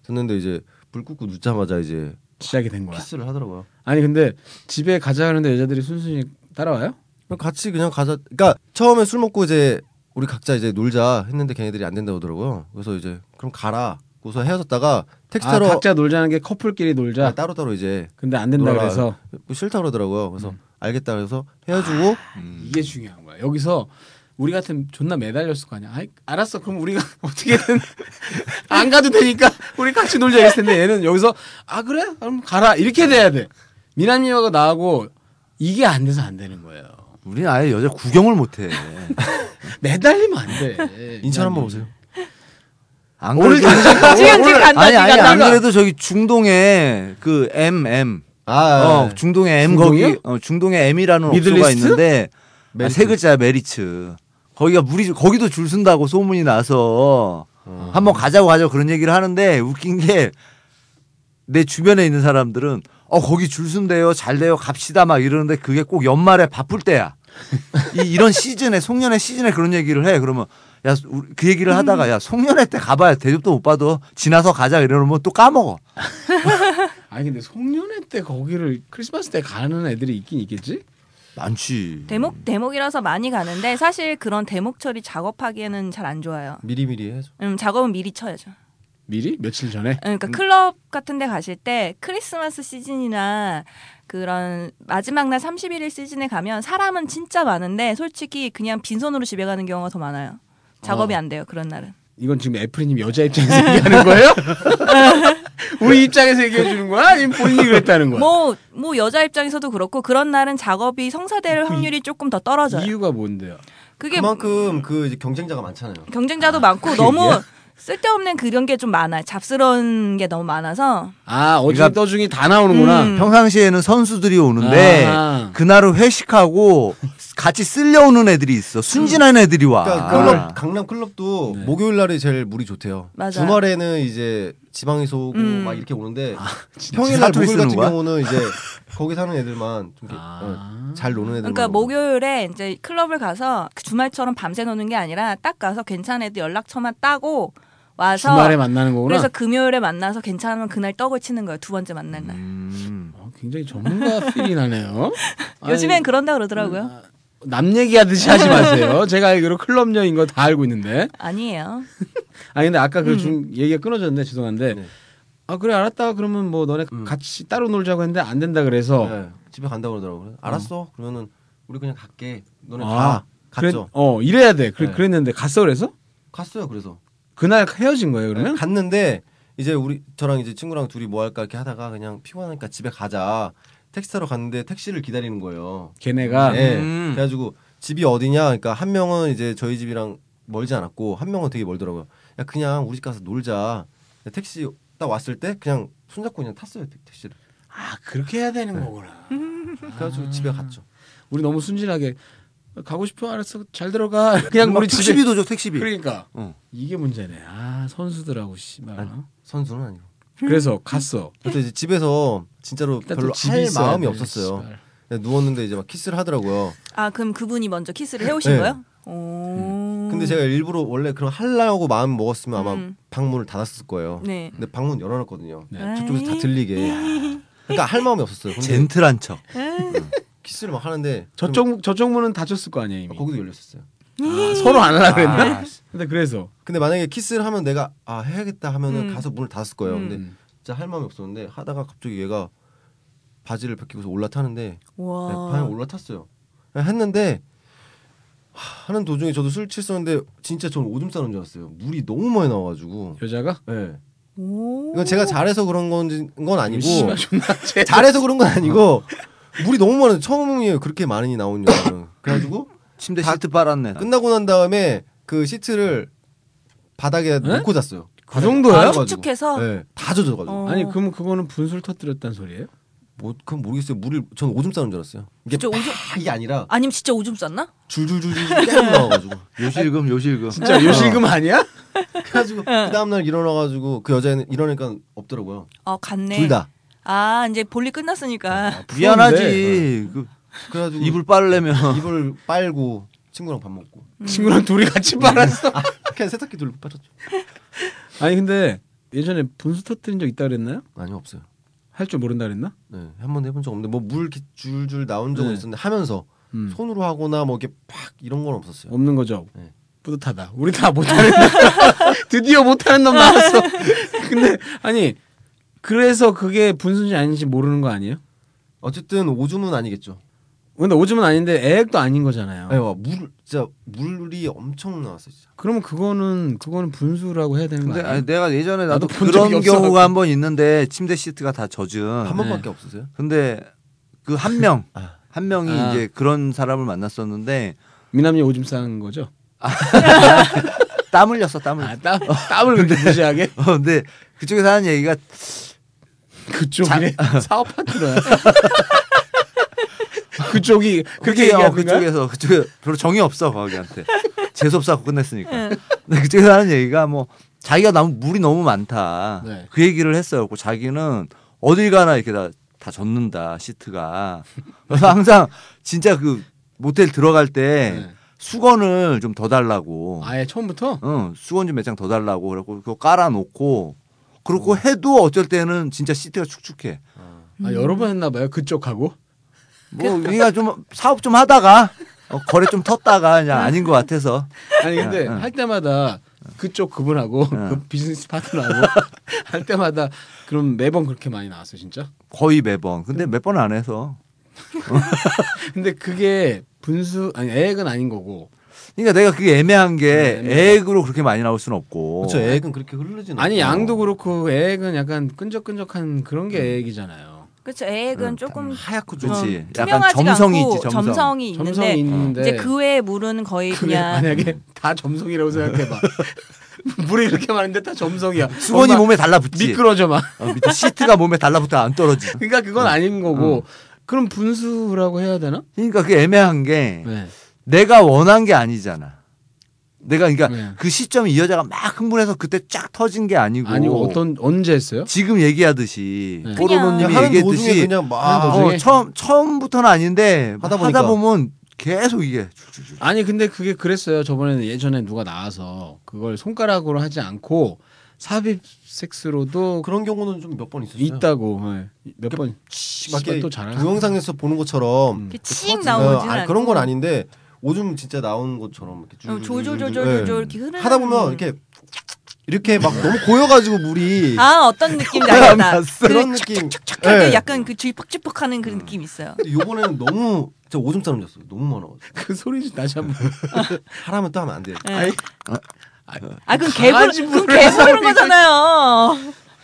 잤는데 이제 불 끄고 눕자마자 이제 시작이 된 거야. 키스를 하더라고요. 아니 근데 집에 가자 하는데 여자들이 순순히 따라와요? 그냥 같이 그냥 가자. 그러니까 처음에 술 먹고 이제 우리 각자 이제 놀자 했는데 걔네들이 안 된다고 하더라고요. 그래서 이제 그럼 가라. 고서 헤어졌다가 아, 텍스트로 아, 각자 놀자는 게 커플끼리 놀자. 따로 따로 이제 근데 안 된다 놀아라. 그래서 음. 뭐 싫다 그러더라고요. 그래서 알겠다 그래서 헤어지고 이게 중요한 거야. 여기서 우리 같은 존나 매달렸을 거 아니야. 아이, 알았어. 그럼 우리가 어떻게든 안 가도 되니까 우리 같이 놀자 했을 텐데 얘는 여기서 아 그래? 그럼 가라. 이렇게 돼야 돼. 미남님하고 나하고 이게 안 돼서 안 되는 거예요. 우리는 아예 여자 구경을 못해. 매달리면 안 돼. 인천 미남님. 한번 오세요. 안 오늘 그래도- 당장 지금 지금 오늘- 간다, 아니 지금 아니 간다. 안 그래도 저기 중동에 그 M M 아, 어 아, 중동에 M 중동이요? 거기 어, 중동에 M이라는 미들 업소가 리스트? 있는데 아, 메리츠. 세 글자 메리츠 거기가 물이 거기도 줄 쓴다고 소문이 나서 어. 한번 가자고 가자고 그런 얘기를 하는데 웃긴 게 내 주변에 있는 사람들은 어 거기 줄 쓴대요 잘 돼요 갑시다 막 이러는데 그게 꼭 연말에 바쁠 때야 이, 런 시즌에 송년회 시즌에 그런 얘기를 해 그러면 야 그 얘기를 하다가 야 송년회 때 가봐야 대접도 못 받아 지나서 가자 이러면 또 까먹어 아니 근데 송년회 때 거기를 크리스마스 때 가는 애들이 있긴 있겠지? 많지 대목 대목이라서 많이 가는데 사실 그런 대목 처리 작업하기에는 잘 안 좋아요. 미리미리 해줘. 음, 작업은 미리 쳐야죠. 음, 미리 며칠 전에 그러니까 클럽 같은 데 가실 때 크리스마스 시즌이나 그런 마지막 날 31일 시즌에 가면 사람은 진짜 많은데 솔직히 그냥 빈손으로 집에 가는 경우가 더 많아요. 작업이 안 돼요. 그런 날은. 이건 지금 애프리님 여자 입장에서 얘기하는 거예요? 우리 입장에서 얘기해 주는 거야? 아니면 본인이 그랬다는 거야? 뭐뭐 여자 입장에서도 그렇고 그런 날은 작업이 성사될 확률이 조금 더 떨어져요. 이유가 뭔데요? 그게 그만큼 그 이제 경쟁자가 많잖아요. 경쟁자도 많고 너무 쓸데없는 그런 게 좀 많아요. 잡스러운 게 너무 많아서 아 어중이 그러니까- 떠중이 다 나오는구나. 음. 평상시에는 선수들이 오는데 아. 그날은 회식하고 같이 쓸려오는 애들이 있어. 순진한 애들이 와. 네. 그러니까 클럽, 강남 클럽도 네. 목요일 날이 제일 물이 좋대요. 맞아요. 주말에는 이제 지방에서 오고 음. 막 이렇게 오는데 아, 진짜 평일 날 사투리 목요일 쓰는 같은 거야? 경우는 이제 거기 사는 애들만 좀 이렇게 아. 어, 잘 노는 애들만. 그러니까 오고. 목요일에 이제 클럽을 가서 그 주말처럼 밤새 노는 게 아니라 딱 가서 괜찮은 애들 연락처만 따고 와서 주말에 만나는 거구나. 그래서 금요일에 만나서 괜찮으면 그날 떡을 치는 거예요. 두 번째 만날 날. 음. 어, 굉장히 전문가 필이 나네요. 요즘엔 아니, 그런다 음, 그러더라고요. 아, 남 얘기하듯이 하지 마세요. 제가 알기로 클럽 여인 거 다 알고 있는데. 아니에요. 아 근데 아까 음. 그 중 얘기가 끊어졌네 죄송한데. 네. 음. 아 그래 알았다 그러면 뭐 너네 같이 따로 놀자고 했는데 안 된다 그래서 네, 집에 간다고 그러더라고요. 알았어. 그러면은 우리 그냥 갈게. 너네 아, 가. 갔죠. 그래, 어 이래야 돼. 그, 네. 그랬는데 갔어 그래서 갔어요. 그래서 그날 헤어진 거예요 그러면? 네, 갔는데 이제 우리 저랑 이제 친구랑 둘이 뭐 할까 이렇게 하다가 그냥 피곤하니까 집에 가자. 택시 타러 갔는데 택시를 기다리는 거예요. 걔네가 예. 음. 그래가지고 집이 어디냐? 그러니까 한 명은 이제 저희 집이랑 멀지 않았고 한 명은 되게 멀더라고요. 야 그냥 우리 집 가서 놀자. 택시 딱 왔을 때 그냥 손잡고 그냥 탔어요 택- 택시를. 아 그렇게 해야 되는 네. 거구나. 그래가지고 아. 집에 갔죠. 우리 너무 순진하게 가고 싶어 알았어 잘 들어가. 그냥 막 우리 집에 택시비도 줘 택시비. 그러니까 어. 이게 문제네. 아 선수들하고 씨발. 아니. 선수는 아니고. 그래서 갔어. 그래서 이제 집에서 진짜로 일단 별로 또 집이 할 있어야 마음이 돼, 없었어요. 씨발. 그냥 누웠는데 이제 막 키스를 하더라고요. 아 그럼 그분이 먼저 키스를 해오신 네. 거예요? 오. 근데 제가 일부러 원래 그런 하려고 마음 먹었으면 아마 음. 방문을 닫았을 거예요. 네. 근데 방문 열어놨거든요. 네. 저쪽에서 다 들리게. 그러니까 할 마음이 없었어요. 근데 젠틀한 척. 키스를 막 하는데 저쪽 저쪽 문은 닫혔을 거 아니야 이미. 그럼 거기도 열렸었어요. 아, 서로 안 하려 그랬나? 아, 근데 그래서 근데 만약에 키스를 하면 내가 아 해야겠다 하면은 음. 가서 문을 닫았을 거예요. 근데 음. 진짜 할 마음이 없었는데 하다가 갑자기 얘가 바지를 벗기고서 올라타는데 네, 방에 와. 올라탔어요. 네, 했는데 하, 하는 도중에 저도 술 취했었는데 진짜 저는 오줌 싸는 줄 알았어요. 물이 너무 많이 나와가지고. 여자가 예. 오. 이건 제가 잘해서 그런 건지 건 아니고 씨발, 존나 쟤. 잘해서 그런 건 아니고 물이 너무 많은 처음이에요. 그렇게 많이 나온 여자는. 그래가지고 침대 다- 시트 빨았네. 끝나고 난 다음에 그 시트를 바닥에 놓고 잤어요. 그 정도야? 다 축축해서? 네, 다 젖어가지고. 어. 아니 그럼 그거는 분술 터뜨렸단 소리예요? 뭐 그건 모르겠어요. 물을 전 오줌 싸는 줄 알았어요. 이게 진짜 오줌 팍 이게 아니라 아니면 진짜 오줌 쌌나? 줄줄줄줄 계속 나와가지고. 요실금 요실금. 어. 어. 진짜 요실금 아니야? 그래가지고 그 다음 날 일어나가지고 그 여자애는 일어나니까 없더라고요. 어 갔네. 둘 다. 네. 아 이제 볼일 끝났으니까. 미안하지. 그 그래가지고 이불 빨려면 이불 빨고 친구랑 밥 먹고 아, 친구랑 둘이 같이 빨았어. 그냥 세탁기 돌고 빠졌죠. 아니 근데 예전에 분수 터뜨린 적 있다 그랬나요? 아니 없어요. 할 줄 모른다 그랬나? 네, 한 번 해본 적 없는데 뭐 물 줄줄 나온 적은 네. 있었는데 하면서 음. 손으로 하거나 뭐 이렇게 팍 이런 건 없었어요. 없는 거죠. 네. 뿌듯하다. 우리 다 못하는 놈. 드디어 못하는 놈 나왔어. 근데 아니 그래서 그게 분수인지 아닌지 모르는 거 아니에요? 어쨌든 오줌은 아니겠죠. 근데 오줌은 아닌데 애액도 아닌 거잖아요. 아니 와, 물 진짜 물이 엄청 나왔어 진짜. 그러면 그거는 그거는 분수라고 해야 되는 거 근데 아니에요? 아니, 내가 예전에 나도, 나도 본 적이 그런 없어갖고. 경우가 한 번 있는데 침대 시트가 다 젖은. 아, 한 네. 번밖에 없으세요? 근데 그 한 명, 아. 한 명이 아. 이제 그런 사람을 만났었는데 미남이 오줌 싸는 거죠? 땀 흘렸어, 땀 흘렸어. 아땀 땀을 그렇게 무시하게 어, 근데 그쪽에서 하는 얘기가 그쪽이래 사업 파트너야. 그쪽이 그렇게 그쪽에, 어, 얘기하는 거야? 그쪽에서 그쪽에 별로 정이 없어 거기한테 재수없어 끝냈으니까 근데 그쪽에서 하는 얘기가 뭐 자기가 너무 물이 너무 많다 네. 그 얘기를 했어요 그 자기는 어딜 가나 이렇게 다, 다 젖는다 시트가 그래서 항상 진짜 그 모텔 들어갈 때 네. 수건을 좀 더 달라고 아예 처음부터 응, 수건 좀 몇 장 더 달라고 그래갖고 그거 깔아놓고 그렇고 해도 어쩔 때는 진짜 시트가 축축해 아, 여러 번 했나 봐요. 그쪽하고 뭐 우리가 좀 사업 좀 하다가 어, 거래 좀 텄다가 그냥 아닌 것 같아서 아니 근데 응, 응. 할 때마다 그쪽 그분하고 응. 그 비즈니스 파트너하고 할 때마다 그럼 매번 그렇게 많이 나왔어 진짜. 거의 매번 근데 몇 번 안 해서 근데 그게 분수 아니 액은 아닌 거고 그러니까 내가 그게 애매한 게 네, 애매해. 액으로 그렇게 많이 나올 수는 없고 그렇죠. 액은 그렇게 흐르지는 어. 아니 않고. 어. 양도 그렇고 액은 약간 끈적끈적한 그런 게 액이잖아요. 그렇죠. 액은 음, 조금 하얗고 좀 그렇지 어, 약간 투명하지가 점성이 않고 있지 점성, 점성이 있는데 점성이 있는데 이제 그 외의 물은 거의 그게 그냥 만약에 다 점성이라고 생각해봐. 물이 그렇게 많은데 다 점성이야. 수건이 엄마, 몸에 달라붙지 미끄러져 막. 어, 밑에 시트가 몸에 달라붙어 안 떨어지 그러니까 그건 아닌 거고. 그럼 분수라고 해야 되나? 그러니까 그게 애매한 게 네. 내가 원한 게 아니잖아 내가 그러니까 네. 그 시점이 이 여자가 막 흥분해서 그때 쫙 터진 게 아니고 아니고 어떤 언제 했어요? 지금 얘기하듯이 네. 포로로님이 하는 도중에 얘기했듯이 그냥 하는 막 아, 도중에. 어, 처음 처음부터는 아닌데 하다 하다, 보니까. 보면 계속 이게 줄줄줄. 아니 근데 그게 그랬어요. 저번에는 예전에 누가 나와서 그걸 손가락으로 하지 않고 삽입 섹스로도 그런 경우는 좀 몇 번 있었어요. 있다고 예. 몇 번. 막 씨발 이렇게 또 잘하는. 동영상에서 보는 것처럼 음. 이렇게 칭 터지는- 나오진 아, 않고 그런 건 아닌데 오줌 진짜 나오는 것처럼 이렇게 어, 줄줄줄줄- 졸졸졸졸졸 예. 이렇게 흐르는 하다 보면 이렇게 이렇게 막 너무 고여가지고 물이 아, 아 어떤 느낌인지 알겠다. 그런 그런 느낌. 착착하게 예. 약간 그 주위 퍽퍽퍽하는 그런 느낌 있어요. 근데 요번에는 너무 진짜 오줌 싸움 졌어요. 너무 많아가지고 그 소리 좀 다시 한번. 하라면 또 하면 안 돼. 예. 아니, 아 그럼 개불 강아지 그럼 물을 개불인 거잖아요.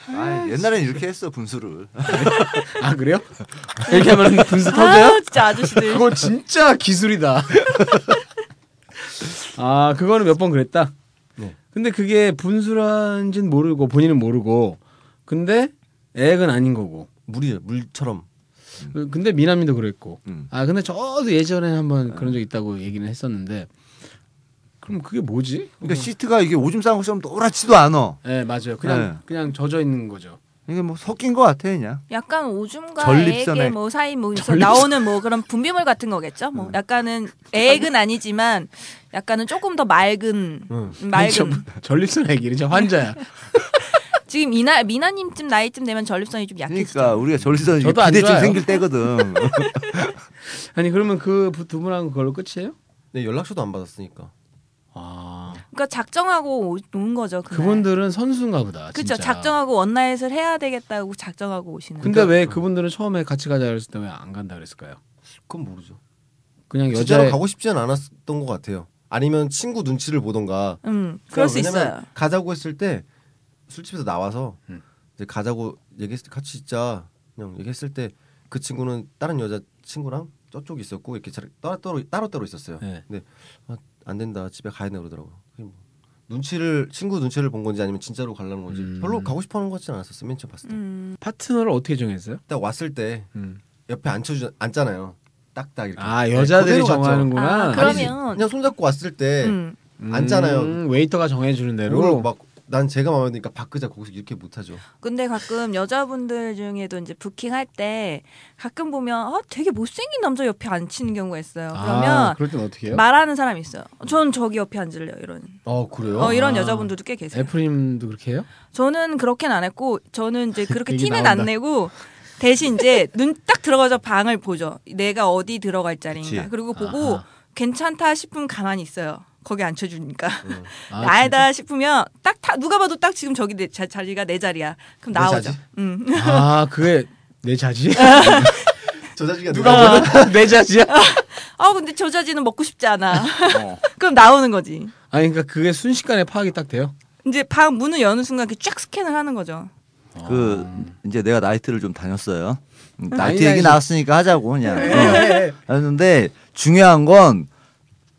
아, 옛날엔 이렇게 했어 분수를. 아 그래요? 이렇게 하면 분수 터져요? 아 진짜 아저씨들. 그거 진짜 기술이다. 아, 그거는 몇 번 그랬다. 네. 근데 그게 분수란진 모르고 본인은 모르고 근데 액은 아닌 거고. 물이 물처럼. 그- 근데 미남이도 그랬고. 음. 아, 근데 저도 예전에 한번 그런 적 있다고 얘기는 했었는데 그럼 그게 뭐지? 그러니까 시트가 이게 오줌 싸는 것처럼 노랗지도 않아. 예, 맞아요. 그냥 네. 그냥 젖어 있는 거죠. 이게 뭐 섞인 것 같아 그냥. 약간 오줌과 전립선에- 액의 뭐 사이 뭐 있어 전립선. 나오는 뭐 그런 분비물 같은 거겠죠. 뭐 약간은 액은 아니지만 약간은 조금 더 맑은 응. 맑은 저- 전립선 액이 진짜 환자야. 지금 이나 미나님쯤 나이쯤 되면 전립선이 좀 그러니까 약해지죠. 우리가 전립선 저도 안 기대증 좋아요. 생길 때거든. 아니, 그러면 그 두 분하고 그걸로 끝이에요? 네 연락처도 안 받았으니까. 아. 그러니까 작정하고 오- 온 거죠. 그날. 그분들은 선수인가 보다. 그쵸 진짜. 작정하고 원나잇을 해야 되겠다고 작정하고 오시는. 근데 왜 그분들은 처음에 같이 가자 그랬을 때 왜 안 간다 그랬을까요? 그건 모르죠. 그냥 진짜로 여자 가고 싶진 않았던 것 같아요. 아니면 친구 눈치를 보던가. 음 그럴 수 그러니까 왜냐면 있어요. 가자고 했을 때 술집에서 나와서 음. 이제 가자고 얘기했을 때 같이 있자 그냥 얘기했을 때 그 친구는 다른 여자 친구랑 저쪽 있었고 이렇게 잘- 따로 따로 따로 따로 있었어요. 네. 근데 아, 안 된다 집에 가야 된다 그러더라고. 그게 뭐 눈치를 친구 눈치를 본 건지 아니면 진짜로 가려는 건지 음. 별로 가고 싶어하는 것 같지는 않았었어 맨 처음 봤을 때. 음 파트너를 어떻게 정했어요? 딱 왔을 때 옆에 앉혀주 앉잖아요. 딱딱 이렇게. 아 네, 여자들이 그대로 갔죠. 정하는구나. 아, 아니지. 그러면- 그냥 손잡고 왔을 때 음. 음, 앉잖아요. 웨이터가 정해주는 그걸 대로. 막 난 제가 마음에 드니까 바꾸자 거기서 이렇게 못하죠. 근데 가끔 여자분들 중에도 이제 부킹할 때 가끔 보면 아 되게 못생긴 남자 옆에 앉히는 경우가 있어요. 아, 그러면 그럴 땐 어떻게 해요? 말하는 사람이 있어요. 전 저기 옆에 앉을래요. 이런. 아 그래요? 어 이런 아. 여자분들도 꽤 계세요. 애프림도 그렇게 해요? 저는 그렇게는 안 했고 저는 이제 그렇게 얘기 티는 나온다. 안 내고 대신 이제 눈 딱 들어가서 방을 보죠. 내가 어디 들어갈 자리인가. 그치. 그리고 보고 아하. 괜찮다 싶으면 가만히 있어요. 거기 앉혀주니까 아, 나이다 싶으면 딱 타- 누가 봐도 딱 지금 저기 내 자, 자리가 내 자리야. 그럼 내 나오죠. 자지? 음. 진짜? 아 그게 내 자지? 저 자식이 누가 보면 내 자지야? 아 근데 저 자지는 먹고 싶지 않아. 어. 그럼 나오는 거지. 아니 그러니까 그게 순식간에 파악이 딱 돼요. 이제 방 문을 여는 순간 이렇게 쫙 스캔을 하는 거죠. 그 이제 내가 나이트를 좀 다녔어요. 음, 아니, 네. 나이트 얘기 나이트. 나왔으니까 하자고 그냥. 네, 어. 그런데 중요한 건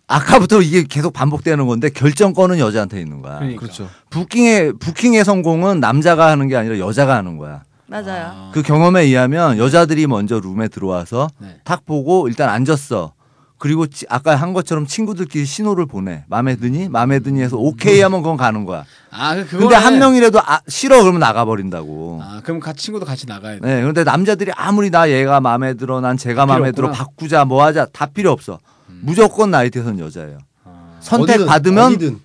아까부터 이게 계속 반복되는 건데 결정권은 여자한테 있는 아, 거야. 그러니까. 그렇죠. 부킹의 부킹의 성공은 남자가 하는 게 아니라 여자가 하는 거야. 맞아요. 그 경험에 의하면 여자들이 먼저 룸에 들어와서 네. 탁 보고 일단 앉았어. 그리고 치- 아까 한 것처럼 친구들끼리 신호를 보내. 마음에 드니? 마음에 드니 해서 오케이 하면 그건 가는 거야. 아 그거. 근데 한 명이라도 아, 싫어 그러면 나가버린다고. 아 그럼 같이 친구도 같이 나가야 돼. 네, 그런데 남자들이 아무리 나 얘가 마음에 들어, 난 제가 필요 마음에 들어, 없구나. 음. 바꾸자, 뭐 하자, 다 필요 없어. 무조건 나이트에선 여자예요. 선택 아. 어디든, 받으면 어디든.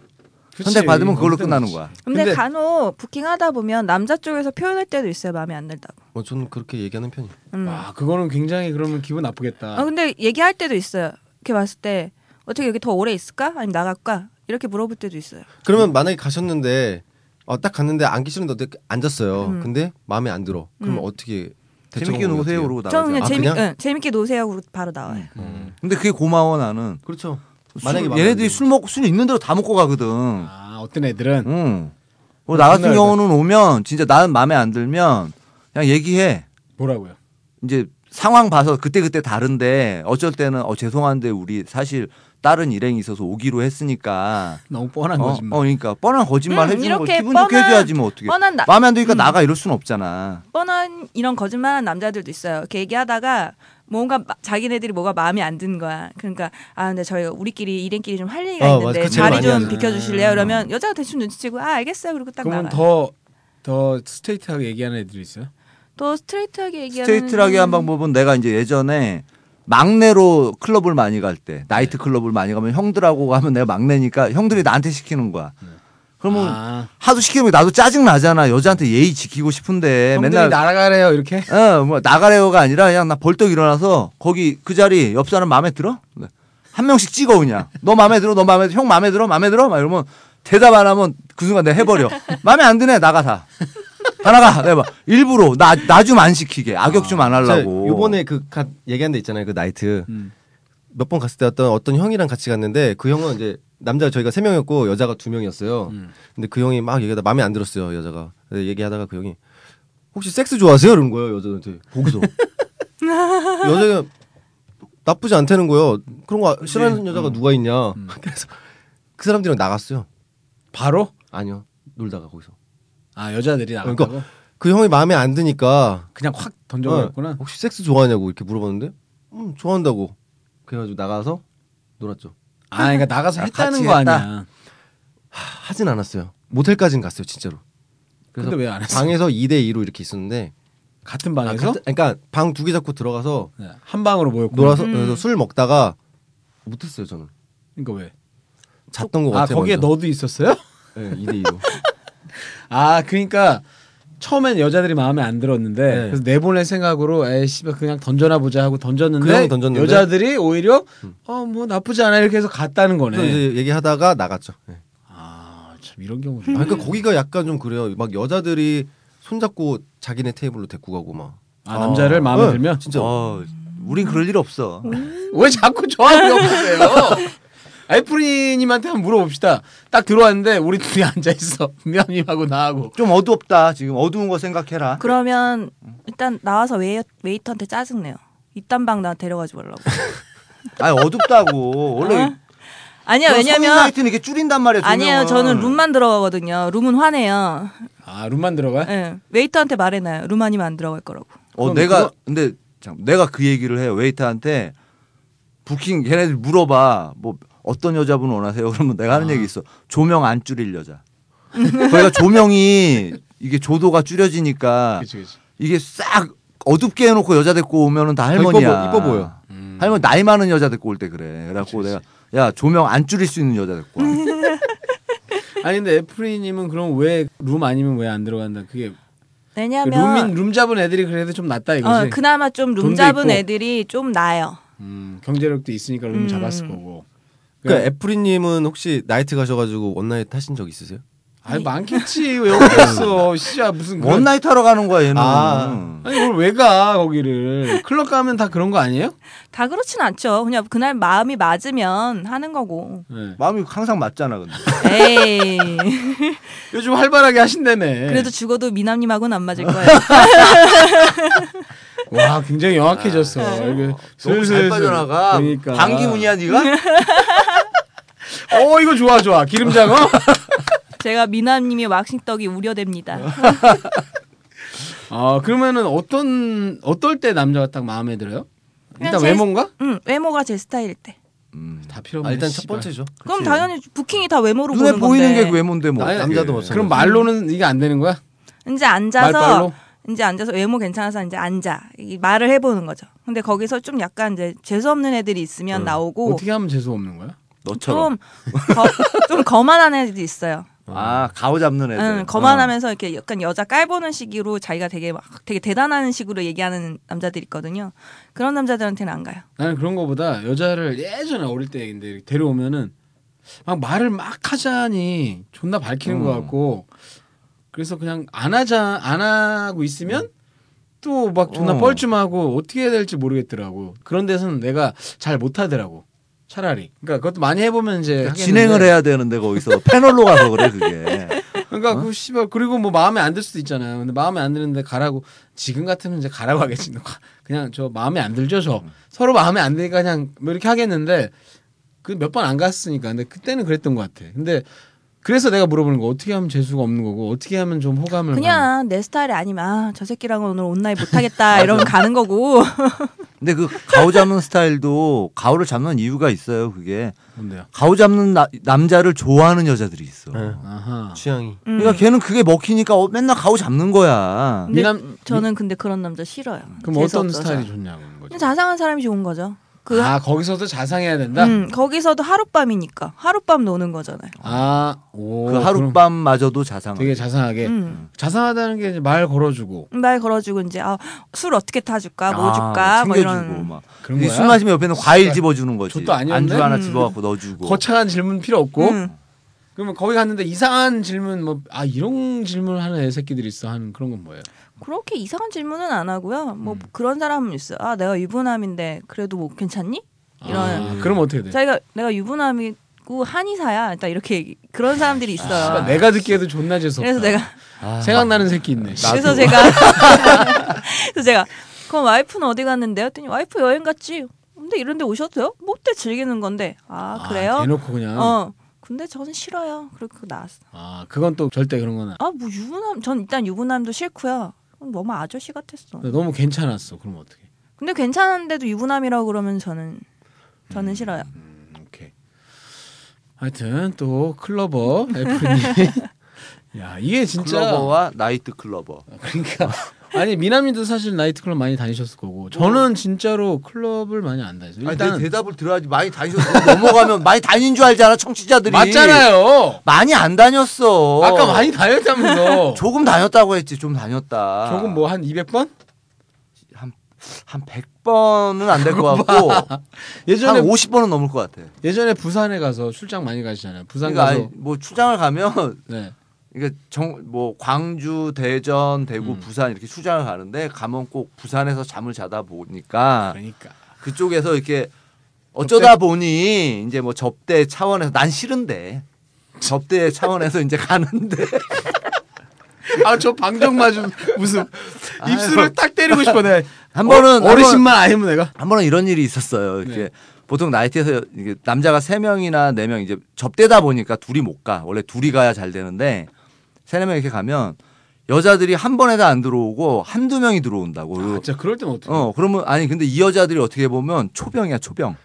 선택 받으면 그걸로 끝나는 거야. 근데, 근데- 간혹 부킹하다 보면 남자 쪽에서 표현할 때도 있어요. 마음에 안 들다고. 어, 저는 그렇게 얘기하는 편이에요. 음. 아 그거는 굉장히 그러면 기분 나쁘겠다. 아 근데 얘기할 때도 있어요. 이렇게 봤을 때 어떻게 여기 더 오래 있을까? 아니면 나갈까? 이렇게 물어볼 때도 있어요. 그러면 만약에 가셨는데 어, 딱 갔는데 앉기 싫은데 어떻게 앉았어요. 음. 근데 마음에 안 들어. 그러면 어떻게 재밌게 대처방법이 노세요, 어떻게 해요? 그러고 저는 그냥 나가자. 아, 재미 그냥? 응, 재밌게 노세요. 그러고 바로 나와요. 음. 근데 그게 고마워 나는. 그렇죠. 술- 만약에 마음에 안 얘네들이 들면. 술 먹고 술 있는 대로 다 먹고 가거든. 아 어떤 애들은 음. 응. 뭐 나 같은 끝나야 돼. 경우는 오면 진짜 나는 마음에 안 들면 그냥 얘기해. 뭐라고요? 이제 상황 봐서 그때 그때 다른데 어쩔 때는 어 죄송한데 우리 사실 다른 일행이 있어서 오기로 했으니까 너무 뻔한 뭐. 어, 거짓말. 어, 그러니까 뻔한 거짓말 음, 해주는 거 이렇게 기분 좋게 뻔한- 해줘야지 뭐 어떻게 뻔한 나- 마음에 안 드니까 나가 이럴 순 없잖아. 뻔한 이런 거짓말하는 남자들도 있어요. 이렇게 얘기하다가 뭔가 마- 자기네들이 뭐가 마음에 안 드는 거야. 그러니까 아 근데 저희가 우리끼리 일행끼리 좀 할 얘기가 어, 맞아. 있는데 그 제일 자리 많이 좀 하잖아. 비켜주실래요? 음. 그러면 여자가 대충 눈치채고 아 알겠어요. 그리고 딱 그러면 나가. 더 더 스트레이트하게 얘기하는 애들이 있어요. 더 스트레이트하게 얘기하는 스트레이트하게 한 방법은 내가 이제 예전에 막내로 클럽을 많이 갈 때 나이트 클럽을 많이 가면 형들하고 가면 내가 막내니까 형들이 나한테 시키는 거야. 그러면 아, 하도 시키면 나도 짜증 나잖아. 여자한테 예의 지키고 싶은데 형들이 네, 맨날 날아가래요 이렇게. 어, 뭐 나가래요가 아니라 그냥 나 벌떡 일어나서 거기 그 자리 옆 사람 마음에 들어? 네. 한 명씩 찍어 그냥. 너 마음에 들어? 너 마음에 들어? 형 마음에 들어? 마음에 들어? 막 이러면 대답 안 하면 그 순간 내가 해버려. 마음에 안 드네 나가 다. 다 나가. 내가 막 일부러 나 나 좀 안 시키게 악역 좀 안 하려고. 요번에 그 가- 얘기한 데 있잖아요. 그 나이트. 음. 몇 번 갔을 때 어떤 어떤 형이랑 같이 갔는데 그 형은 이제 남자 저희가 세 명이었고 여자가 두 명이었어요. 음. 근데 그 형이 막 얘기하다 마음에 안 들었어요 여자가. 근데 얘기하다가 그 형이 혹시 섹스 좋아하세요? 이러는 거예요 여자한테 거기서. 여자가 나쁘지 않다는 거예요. 그런 거 네. 아- 싫어하는 여자가 음. 누가 있냐. 그래서 그 사람들이랑 나갔어요. 바로 아니요 놀다가 거기서. 아 여자들이 나갔다고 그러니까 그 형이 마음에 안 드니까 그냥 확 어, 던져버렸구나. 혹시 섹스 좋아하냐고 이렇게 물어봤는데 음 좋아한다고 그래가지고 나가서 놀았죠 아 그러니까 나가서 아, 했다는 같이 거 했다. 아니야. 하- 하진 않았어요 모텔까진 갔어요 진짜로 그래서 근데 왜 안 했어? 방에서 2대 2로 이렇게 있었는데 같은 아, 방에서 같은- 그러니까 방 두 개 잡고 들어가서 네, 한 방으로 모였고. 놀아서 음. 그래서 술 먹다가 못했어요 저는 그러니까 왜? 잤던 것 아 같아요 거기에 너도 있었어요? 네, 2대 2로 아 그러니까 처음엔 여자들이 마음에 안 들었는데 네. 그래서 내보낼 생각으로 에이 씨발 그냥 던져나 보자 하고 던졌는데, 그냥 던졌는데? 음. 여자들이 오히려 어 뭐 나쁘지 않아 이렇게 해서 갔다는 그래서 거네. 이제 얘기하다가 나갔죠 네. 아, 참 이런 경우. 아, 그러니까 거기가 약간 좀 그래요 막 여자들이 손잡고 자기네 테이블로 데리고 가고 막 아 남자를 마음에 네, 들면 진짜 어, 우린 그럴 일 없어. 음. 왜 자꾸 저한테 물어보세요? 아이프리님한테 한번 물어봅시다. 딱 들어왔는데 우리 둘이 앉아 있어. 미아님하고 나하고. 좀 어두웠다. 지금 어두운 거 생각해라. 그러면 일단 나와서 웨이, 웨이터한테 짜증내요. 이딴 방 나 데려가지 말라고. 아 원래 원래 어? 아니야 성인 왜냐면 나이트는 이게 줄인단 말이야. 두 아니에요 명은. 저는 룸만 들어가거든요. 룸은 화내요. 아 룸만 들어가? 예, 웨이터한테 말해놔요. 룸 아니면 안 들어갈 거라고. 어 그럼 내가 그거- 근데 참 내가 그 얘기를 해요 웨이터한테 부킹 걔네들 아. 물어봐 뭐 어떤 여자분 원하세요 그러면 내가 하는 얘기 있어 조명 안 줄일 여자 저희가 조명이 이게 조도가 줄여지니까 그치 그치. 이게 싹 어둡게 해놓고 여자 데리고 오면은 다 할머니야. 이뻐 보- 이뻐 보여. 할머니 나이 많은 여자 데리고 올 때 그래. 음. 그래갖고 그치, 내가 야 조명 안 줄일 수 있는 여자 데리고 와. 아니 근데 애프리님은 그럼 왜 룸 아니면 왜 안 들어간다? 그게 그 룸인 왜냐하면 룸 잡은 애들이 그래도 좀 낫다 이거지. 어, 그나마 좀 돈도 룸 잡은 있고. 애들이 좀 나요. 음, 경제력도 있으니까 룸 음. 잡았을 거고. 네. 그러니까 애프리님은 혹시 나이트 가셔가지고 원나잇 하신 적 있으세요? 아니 많겠지 왜 없겠어? 씨야 무슨 그런- 원나잇 하러 가는 거야 얘는. 아. 아니 그걸 왜 가 거기를 클럽 가면 다 그런 거 아니에요? 다 그렇진 않죠. 그냥 그날 마음이 맞으면 하는 거고. 네. 마음이 항상 맞잖아 근데. 에이. 요즘 활발하게 하신다며. 그래도 죽어도 미남님하고는 안 맞을 거예요. 와 굉장히 영악해졌어. 이게 너무 잘 빠져나가. 그러니까. 반기문이야 네가? 어 이거 좋아 좋아 기름장어. 제가 미남님의 왁싱떡이 우려됩니다. 아 그러면은 어떤 어떨 때 남자가 딱 마음에 들어요? 일단 그냥 제- 외모인가? 응, 외모가 제 스타일일 때. 음. 다 필요 없네. 아, 일단 첫 씨발. 번째죠. 그럼 당연히 부킹이 다 외모로 눈에 보는 보이는 그 건데. 게 외모인데 뭐. 나- 어떡해. 남자도 마찬가지. 그럼 말로는 이게 안 되는 거야? 이제 앉아서 말빨로? 이제 앉아서 외모 괜찮아서 이제 앉아 이 말을 해보는 거죠. 근데 거기서 좀 약간 이제 재수 없는 애들이 있으면 나오고 어떻게 하면 재수 없는 거야? 너처럼. 좀, 거, 좀 거만한 애들이 있어요. 아 가오 잡는 네, 애들. 어. 응, 거만하면서 이렇게 약간 여자 깔보는 식으로 자기가 되게 막 되게 대단한 식으로 얘기하는 남자들 있거든요. 그런 남자들한테는 안 가요. 나는 그런 거보다 여자를 예전에 어릴 때 얘긴데 데려오면은 막 말을 막 하자니 존나 밝히는 음. 것 같고 그래서 그냥 안 하자 안 하고 있으면 또 막 존나 어. 뻘쭘하고 어떻게 해야 될지 모르겠더라고 그런 데서는 내가 잘 못하더라고 차라리 그러니까 그것도 많이 해보면 예, 이제 그러니까 진행을 하겠는데 해야 되는데 거기서 패널로 가서 그래 그게. 그러니까 그 씨발 그리고 뭐 마음에 안 들 수도 있잖아요. 근데 마음에 안 드는데 가라고 지금 같으면 이제 가라고 하겠지. 너 가- 그냥 저 마음에 안 들죠 저 서로 마음에 안 드니까 그냥 뭐 이렇게 하겠는데 그 몇 번 안 갔으니까 근데 그때는 그랬던 것 같아. 근데 그래서 내가 물어보는 거 어떻게 하면 재수가 없는 거고 어떻게 하면 좀 호감을 가는- 그냥 내 스타일이 아니면 아, 저 새끼랑은 오늘 온나이 못하겠다 이러면 가는 거고 근데 그 가오 잡는 스타일도 가오를 잡는 이유가 있어요 그게. 뭔데요? 가오 잡는 나- 남자를 좋아하는 여자들이 있어. 네. 아하. 취향이. 음. 그러니까 걔는 그게 먹히니까 어, 맨날 가오 잡는 거야. 근데 미남- 저는 근데 그런 남자 싫어요. 그럼 어떤 재수없어서. 스타일이 좋냐고 하는 그냥 거죠. 자상한 사람이 좋은 거죠. 그 아 거기서도 자상해야 된다. 음, 거기서도 하룻밤이니까 하룻밤 노는 거잖아요. 아오 그 하룻밤마저도 자상. 되게 자상하게 음. 자상하다는 게 이제 말 걸어주고 말 걸어주고 이제 아, 술 어떻게 타줄까, 뭐 아, 줄까, 뭐 챙겨주고 이런. 막. 그런 이게 거야. 술 마시면 옆에는 과일 집어주는 거지. 저것도 아니었네? 안주 하나 음. 집어갖고 넣어주고. 거창한 질문 필요 없고 음. 그러면 거기 갔는데 이상한 질문 뭐 아 이런 질문 하는 애 새끼들이 있어 하는 그런 건 뭐예요? 그렇게 이상한 질문은 안 하고요. 뭐 그런 사람은 있어. 아, 내가 유부남인데 그래도 뭐 괜찮니? 이런. 아, 그럼 어떻게 돼? 자기가 내가 유부남이고 한의사야. 일단 이렇게 얘기- 그런 사람들이 있어요. 아, 내가 듣기에도 존나 재수없다. 아, 그래서 내가 생각나는 새끼 있네. 그래서 제가 그래서 제가 그럼 와이프는 어디 갔는데요? 했더니 와이프 여행 갔지. 근데 이런데 오셨어요? 뭐때 즐기는 건데. 아 그래요? 대놓고 그냥. 어. 근데 저는 싫어요. 그렇게 나왔어. 아 그건 또 절대 그런 건 안- 아 뭐 유부남 전 일단 유부남도 싫고요. 너무 아저씨 같았어. 너무 괜찮았어. 그럼 어떻게? 근데 괜찮은데도 유부남이라고 그러면 저는 음. 저는 싫어요. 오케이. 하여튼 또 클러버 애플님. 야 이게 진짜 클러버와 나이트 클러버. 그러니까 아니 미남님도 사실 나이트클럽 많이 다니셨을 거고 저는 진짜로 클럽을 많이 안 다녔어요. 아니, 일단 내 대답을 들어야지. 많이 다니셨어. 넘어가면 많이 다닌 줄 알잖아 청취자들이. 맞잖아요. 많이 안 다녔어. 아까 많이 다녔다면서. 조금 다녔다고 했지. 좀 다녔다. 조금 뭐 한 200번? 한 100번은 안 될 것 같고 한 예전에 50번은 넘을 것 같아. 예전에 부산에 가서 출장 많이 가시잖아요. 부산 그러니까 가서 아니, 뭐 출장을 가면 네. 그러니까 정뭐 광주, 대전, 대구, 부산 이렇게 출장을 가는데 가면 꼭 부산에서 잠을 자다 보니까 그러니까 그쪽에서 이렇게 어쩌다 보니 이제 뭐 접대 차원에서 난 싫은데 접대 차원에서 이제 가는데 아 저 방정마 좀 무슨 입술을 딱 때리고 싶어 내. 한 번은- 어, 르신만 아니면 내가 한 번은 이런 일이 있었어요. 이렇게 네. 보통 나이트에서 이게 남자가 세 명이나 네 명 이제 접대다 보니까 둘이 못 가. 원래 둘이 가야 잘 되는데 세네 명 이렇게 가면 여자들이 한 번에 다 안 들어오고 한두 명이 들어온다고. 아, 진짜 그럴 땐 어떻게? 어, 그러면 아니 근데 이 여자들이 어떻게 보면 초병이야, 초병.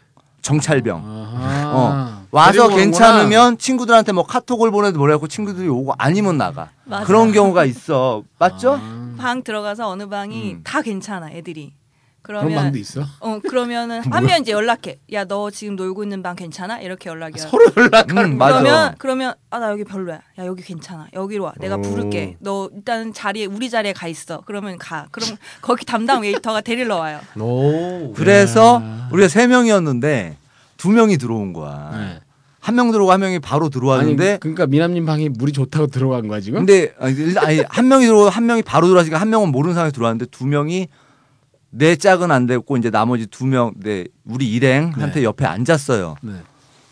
정찰병. 아하. 와서 데리고 오는구나. 괜찮으면 친구들한테 뭐 카톡을 보내도 뭐라고 친구들이 오고 아니면 나가. 맞아. 그런 경우가 있어. 아. 맞죠? 방 들어가서 어느 방이 음. 다 괜찮아 애들이. 그런 방도 그러면 있어. 어 그러면은 한 명 이제 연락해. 야 너 지금 놀고 있는 방 괜찮아? 이렇게 연락이 와. 서로 연락하는 음, 맞아. 그러면 그러면 아 나 여기 별로야. 야 여기 괜찮아. 여기로 와. 내가 오. 부를게. 너 일단 자리에 우리 자리에 가 있어. 그러면 가. 그럼 거기 담당 웨이터가 데리러 와요. 오. 그래서 야. 우리가 세 명이었는데 두 명이 들어온 거야. 네. 한 명 들어오고 한 명이 바로 아니 들어왔는데 그러니까 미남님 방이 물이 좋다고 들어간 거야 지금? 근데 아니, 일단- 아니, 한 명이 들어오고 한 명이 바로 들어왔으니까 한 명은 모르는 상황에 들어왔는데 두 명이 내 짝은 안 됐고 이제 나머지 두 명 내 우리 일행한테 네. 옆에 앉았어요. 네.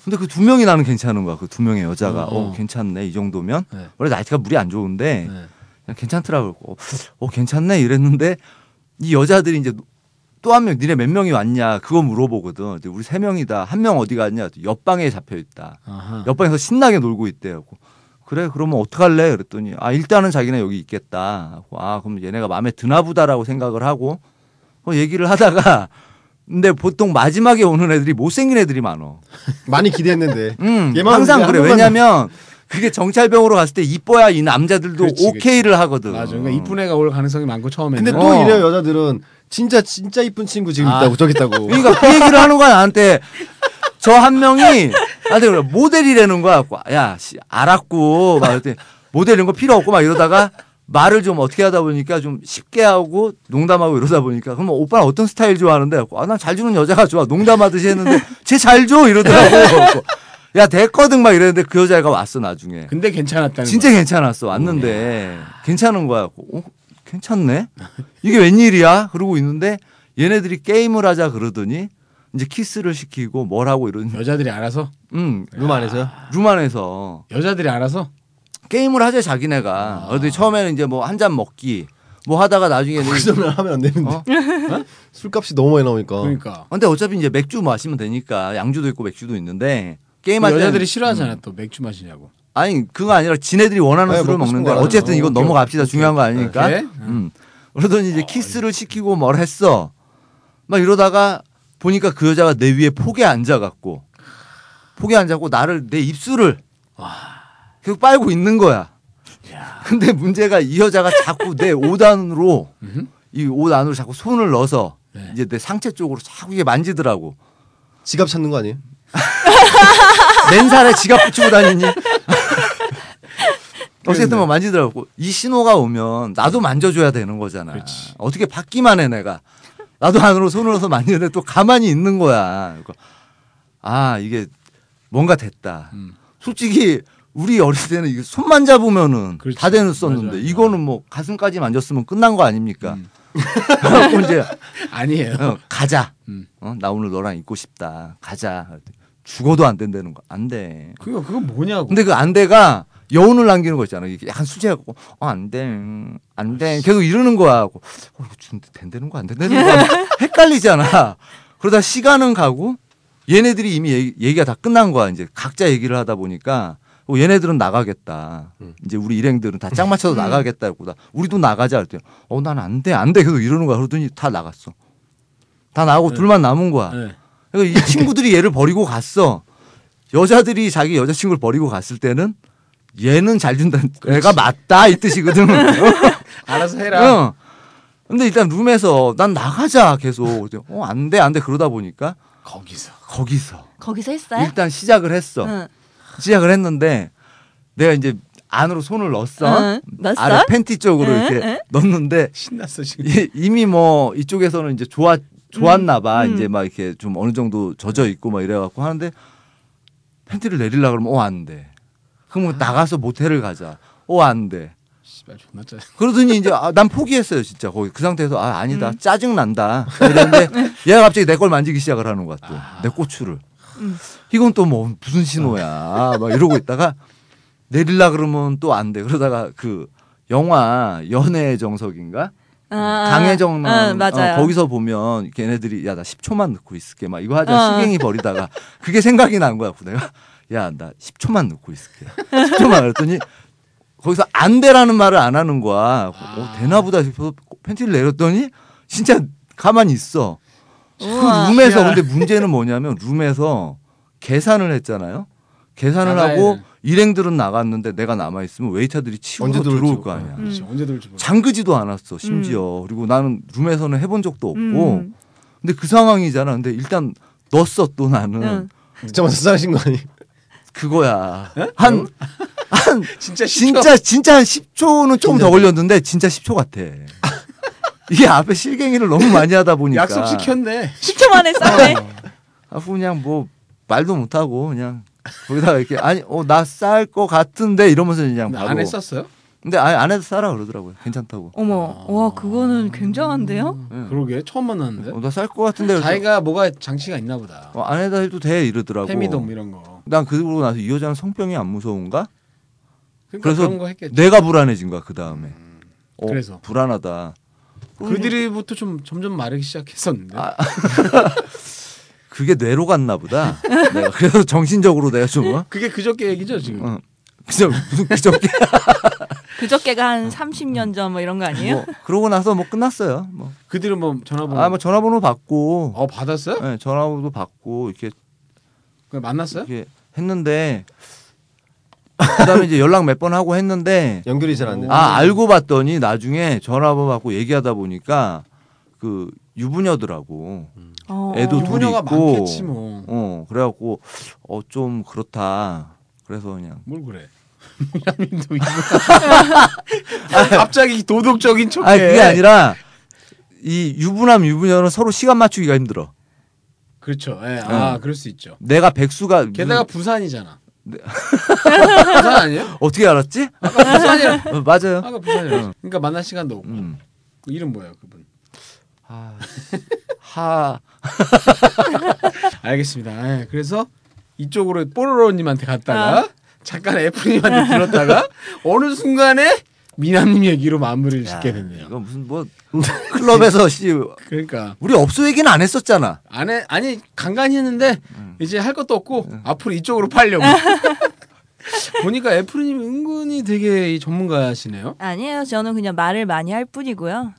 근데 그 두 명이 나는 괜찮은 거야. 그 두 명의 여자가 어, 어, 어. 괜찮네 이 정도면 네. 원래 나이트가 물이 안 좋은데 네. 그냥 괜찮더라고. 어, 어 괜찮네 이랬는데 이 여자들이 이제 또 한 명, 니네 몇 명이 왔냐 그거 물어보거든. 근데 우리 세 명이다. 한 명 어디 갔냐? 옆방에 잡혀 있다. 아하. 옆방에서 신나게 놀고 있대요. 그래 그러면 어떡할래 그랬더니 아 일단은 자기는 여기 있겠다 하고, 아 그럼 얘네가 마음에 드나 보다라고 생각을 하고 어, 얘기를 하다가 근데 보통 마지막에 오는 애들이 못생긴 애들이 많어 많이 기대했는데. 음 얘만 항상 오는데 그래 한 번만- 왜냐면 그게 정찰병으로 갔을 때 이뻐야 이 남자들도 그렇지, 그렇지. 오케이를 하거든 맞아. 그러니까 이쁜 애가 올 가능성이 많고 처음에는. 근데 또 어. 이래요 여자들은 진짜 진짜 이쁜 친구 지금 아. 있다고 저기 있다고. 그러니까 그 얘기를 하는 거야 나한테 저 한 명이 나한테 그래 모델이라는 거야 야 씨, 알았고 막 이랬더니 모델 이런 거 필요 없고 막 이러다가 말을 좀 어떻게 하다 보니까 좀 쉽게 하고 농담하고 이러다 보니까 그럼 어빠는 어떤 스타일 좋아하는데 아난 잘 주는 여자가 좋아 농담하듯이 했는데 쟤 잘 줘 이러더라고 야 됐거든 막 이랬는데 그 여자애가 왔어 나중에 근데 괜찮았다는 진짜 괜찮았어 네. 왔는데 괜찮은 거야 어? 괜찮네 이게 웬일이야 그러고 있는데 얘네들이 게임을 하자 그러더니 이제 키스를 시키고 뭘 하고 이런 거. 여자들이 알아서 음 룸 안에서요? 룸 안에서 여자들이 알아서 게임을 하자 아. 자기네가 어디 처음에는 이제 뭐 한 잔 먹기 뭐 하다가 나중에 아, 는 그 정도는 하면 안 되는데. 어? 술값이 너무 많이 나오니까. 그러니까 근데 어차피 이제 맥주 마시면 되니까 양주도 있고 맥주도 있는데 게임할 때그 여자들이 음. 싫어하잖아 또 맥주 마시냐고. 아니 그거 아니라 지네들이 원하는 네, 술을 먹고 싶은 먹는데 거 어쨌든 알아요. 이건 오케이, 넘어갑시다 중요한 거 아니니까 오케이. 음. 그러더니 이제 키스를 시키고 뭘 했어 막 이러다가 보니까 그 여자가 내 위에 폭에 앉아갖고 폭에 앉아갖고 나를 내 입술을 계속 빨고 있는 거야 근데 문제가 이 여자가 자꾸 내 옷 안으로 음흠. 이 옷 안으로 자꾸 손을 넣어서 네. 이제 내 상체 쪽으로 자꾸 이게 만지더라고 지갑 찾는 거 아니에요? 맨살에 지갑 붙이고 다니니. 어쨌든 뭐 만지더라고. 이 신호가 오면 나도 만져줘야 되는 거잖아. 그렇지. 어떻게 받기만 해 내가. 나도 안으로 손을 넣어서 만지는데 또 가만히 있는 거야. 그러니까 아 이게 뭔가 됐다. 음. 솔직히 우리 어릴 때는 이게 손만 잡으면은 그렇지. 다 되는 썼는데 맞아, 음. 맞아. 이거는 뭐 가슴까지 만졌으면 끝난 거 아닙니까? 그래갖고 이제 아니에요. 어, 가자. 예. 음. 어, 나 오늘 너랑 있고 싶다. 가자. 그랬더니 죽어도 안 된다는 거. 안 돼. 그거 그거 뭐냐고. 근데 그 안대가 여운을 남기는 거 있잖아. 이게 약간 수제하고 어, 안 돼, 음, 안 돼. 계속 이러는 거야. 하고, 어, 이거 주는데 된다는 거 안 된다는 거야. 막 헷갈리잖아. 그러다 시간은 가고 얘네들이 이미 얘기, 가다 끝난 거야. 이제 각자 얘기를 하다 보니까 어, 얘네들은 나가겠다. 음. 이제 우리 일행들은 다 짝 맞춰서 나가겠다. 그러고 나, 우리도 나가자. 그랬더니 어, 난 안 돼, 안 돼. 계속 이러는 거야. 그러더니 다 나갔어. 다 나가고 둘만 남은 거야. 네. 그러니까 이 친구들이 얘를 버리고 갔어. 여자들이 자기 여자친구를 버리고 갔을 때는 얘는 잘 준다. 애가 맞다 이 뜻이거든. 알아서 해라. 응. 근데 일단 룸에서 난 나가자 계속. 어, 안 돼, 안 돼. 그러다 보니까 거기서. 거기서 거기서 했어요? 일단 시작을 했어. 네? 응. 시작을 했는데 내가 이제 안으로 손을 넣었어. 응, 넣었어? 아래 팬티 쪽으로 응, 이렇게 응. 넣었는데 신났어 지금. 이- 이미 뭐 이쪽에서는 이제 좋아 좋았나 봐. 이제 막 이렇게 좀 어느 정도 젖어 있고 막 이래 갖고 하는데 팬티를 내리려 그러면 어 안 돼. 그러면 나가서 모텔을 가자. 어 안 돼. 씨발 존나 짜. 그러더니 이제 아, 난 포기했어요 진짜 거기 그 상태에서 아 아니다 짜증 난다 이랬는데 얘가 갑자기 내 걸 만지기 시작을 하는 거야 또 내 고추를 이건 또 뭐 무슨 신호야 막 이러고 있다가 내릴라 그러면 또 안 돼 그러다가 그 영화 연애의 정석인가 아, 강혜정 나오는, 응, 맞아요. 어, 거기서 보면 걔네들이 야 나 10초만 넣고 있을게 막 이거 하자 어. 시갱이 버리다가 그게 생각이 난 거야 내가 야 나 10초만 넣고 있을게 10초만 그랬더니 거기서 안 돼라는 말을 안 하는 거야 어, 되나 보다 싶어서 팬티를 내렸더니 진짜 가만히 있어 그 우와. 룸에서 근데 문제는 뭐냐면 룸에서 계산을 했잖아요. 계산을 나가야 하고 돼. 일행들은 나갔는데 내가 남아 있으면 웨이터들이 치우러 언제 들어올지 들어올 거 몰라. 아니야. 음. 그렇지, 언제 들지 몰라. 잠그지도 않았어 심지어. 그리고 나는 룸에서는 해본 적도 없고. 음. 근데 그 상황이잖아. 근데 일단 넣었어 또 나는 응. 듣자마자 싸우신 거 아니에요? 그거야. 한 한, 진짜 진짜 진짜 한 10초는 조금 더 걸렸는데 진짜 10초 같아. 이게 앞에 실갱이를 너무 많이 하다 보니까 약속 시켰네. 10초 만에 싸네. 아, 그냥 뭐 말도 못 하고 그냥 거기다가 이렇게 아니 어나쌀것 같은데 이러면서 그냥 바로 안 했었어요? 근데 아예 안 해도 싸라 그러더라고요. 괜찮다고. 어머, 와 그거는 굉장한데요. 응. 그러게 처음 만났는데. 어, 나쌀것 같은데 그래서 자기가 뭐가 장치가 있나 보다. 어, 안 해도 해도 돼 이러더라고. 페미돔 이런 거. 난 그러고 나서 이 여자는 성병이 안 무서운가? 그러니까 그래서 그런 거 했겠지. 내가 불안해진 거야 그 다음에. 어, 그래서? 불안하다. 네. 그들이부터 좀 점점 마르기 시작했었는데. 아, 그게 뇌로 갔나 보다. 내가 그래서 정신적으로 내가 좀 어? 그게 그저께 얘기죠 지금. 응. 그저 무슨 그저께 그저께가 어. 한 30년 전 뭐 이런 거 아니에요? 뭐 그러고 나서 뭐 끝났어요. 뭐. 그들은 뭐 전화번호. 아, 뭐 전화번호 받고 어 받았어요? 예, 전화번호도 받고 이렇게 그냥 만났어요? 이렇게 했는데 그다음에 이제 연락 몇 번 하고 했는데 연결이 잘 안 돼. 음. 아 알고 봤더니 나중에 전화번호 받고 얘기하다 보니까 그 유부녀더라고. 어. 애도 둘이 유부녀가 있고. 많겠지 뭐. 어 그래갖고 어 좀 그렇다. 그래서 그냥 뭘 그래? 무라민도 이거 아, 갑자기 도덕적인 척해. 아니 그게 아니라 이 유부남 유부녀는 서로 시간 맞추기가 힘들어. 그렇죠. 예. 어. 아 그럴 수 있죠. 내가 백수가 무슨- 게다가 부산이잖아. 네. 부산 아니에요? 어떻게 알았지? 부산이라. 어, 맞아요. 아까 부산이라. 그러니까 만날 시간도 없고. 음. 그 이름 뭐예요 그분? 하, 아, 하 알겠습니다. 예, 그래서 이쪽으로 뽀로로님한테 갔다가 잠깐 애플님한테 들었다가 어느 순간에 미남님 얘기로 마무리를 짓게 됐네요. 이거 무슨 뭐 클럽에서 씨 그러니까 우리 업소 얘기는 안 했었잖아. 안에 아니 간간히 했는데 이제 할 것도 없고 앞으로 이쪽으로 팔려고. 보니까 애플님 은근히 되게 이 전문가시네요. 아니에요. 저는 그냥 말을 많이 할 뿐이고요.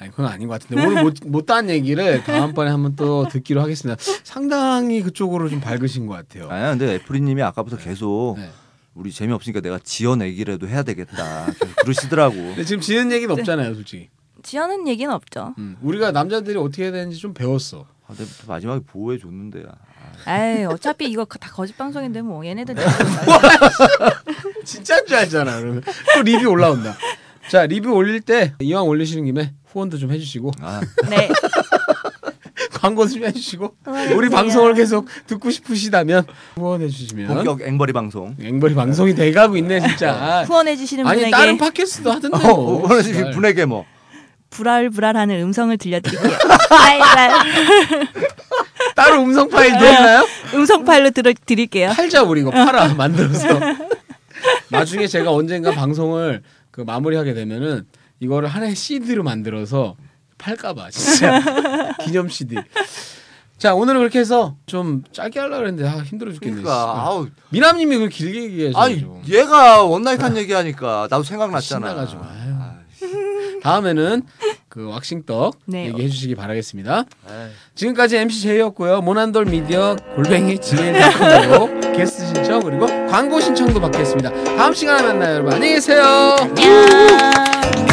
아니 그건 아닌 것 같은데 오늘 못못딴 얘기를 다음번에 한번 또 듣기로 하겠습니다. 상당히 그쪽으로 좀 밝으신 것 같아요. 아니야 뭐. 근데 애플이님이 아까부터 계속 네. 우리 재미없으니까 내가 지어내기라도 해야 되겠다 계속 그러시더라고. 근데 지금 지는 얘기는 없잖아요, 솔직히. 지연은 얘기는 없죠. 음, 우리가 남자들이 어떻게 해야 되는지 좀 배웠어. 아, 근데 마지막에 보호해 줬는데 네. 에이 어차피 이거 다 거짓 방송인데 뭐 얘네들 진짜인 줄 알잖아. 그러면 또 리뷰 올라온다. 자 리뷰 올릴 때 이왕 올리시는 김에 후원도 좀 해주시고 아, 네 광고 좀 해주시고 후원해주세요. 우리 방송을 계속 듣고 싶으시다면 후원해 주시면 본격 앵벌이 방송. 앵벌이 방송이 돼가고 있네 진짜. 후원해 주시는 아니 분에게 다른 팟캐스트도 하던데 어, 뭐. 오늘 이 분에게 뭐 아, 불알불알하는 음성을 들려드릴게요. 아이, 따로 음성 네. 파일도 있나요? 음성 파일로 들어 드릴게요. 팔자 우리 이거 네. 팔아 만들어서 나중에 제가 언젠가 방송을 그 마무리하게 되면은 이거를 하나의 CD로 만들어서 팔까봐 진짜 기념 CD. 자 오늘은 그렇게 해서 좀 짧게 하려 그랬는데 아, 힘들어 죽겠네. 그러니까 아우 미남님이 그 길게 얘기해서 아니 좀 얘가 원나잇한 얘기하니까 나도 생각났잖아. 신나가지고 아유. 다음에는 그 왁싱떡 네. 얘기해 주시기 바라겠습니다. 아유. 지금까지 MC 제이였고요. 모난돌 미디어 골뱅이 gmail.com으로 게스트 신청 그리고 광고 신청도 받겠습니다. 다음 시간에 만나요, 여러분. 안녕히 계세요. 안녕.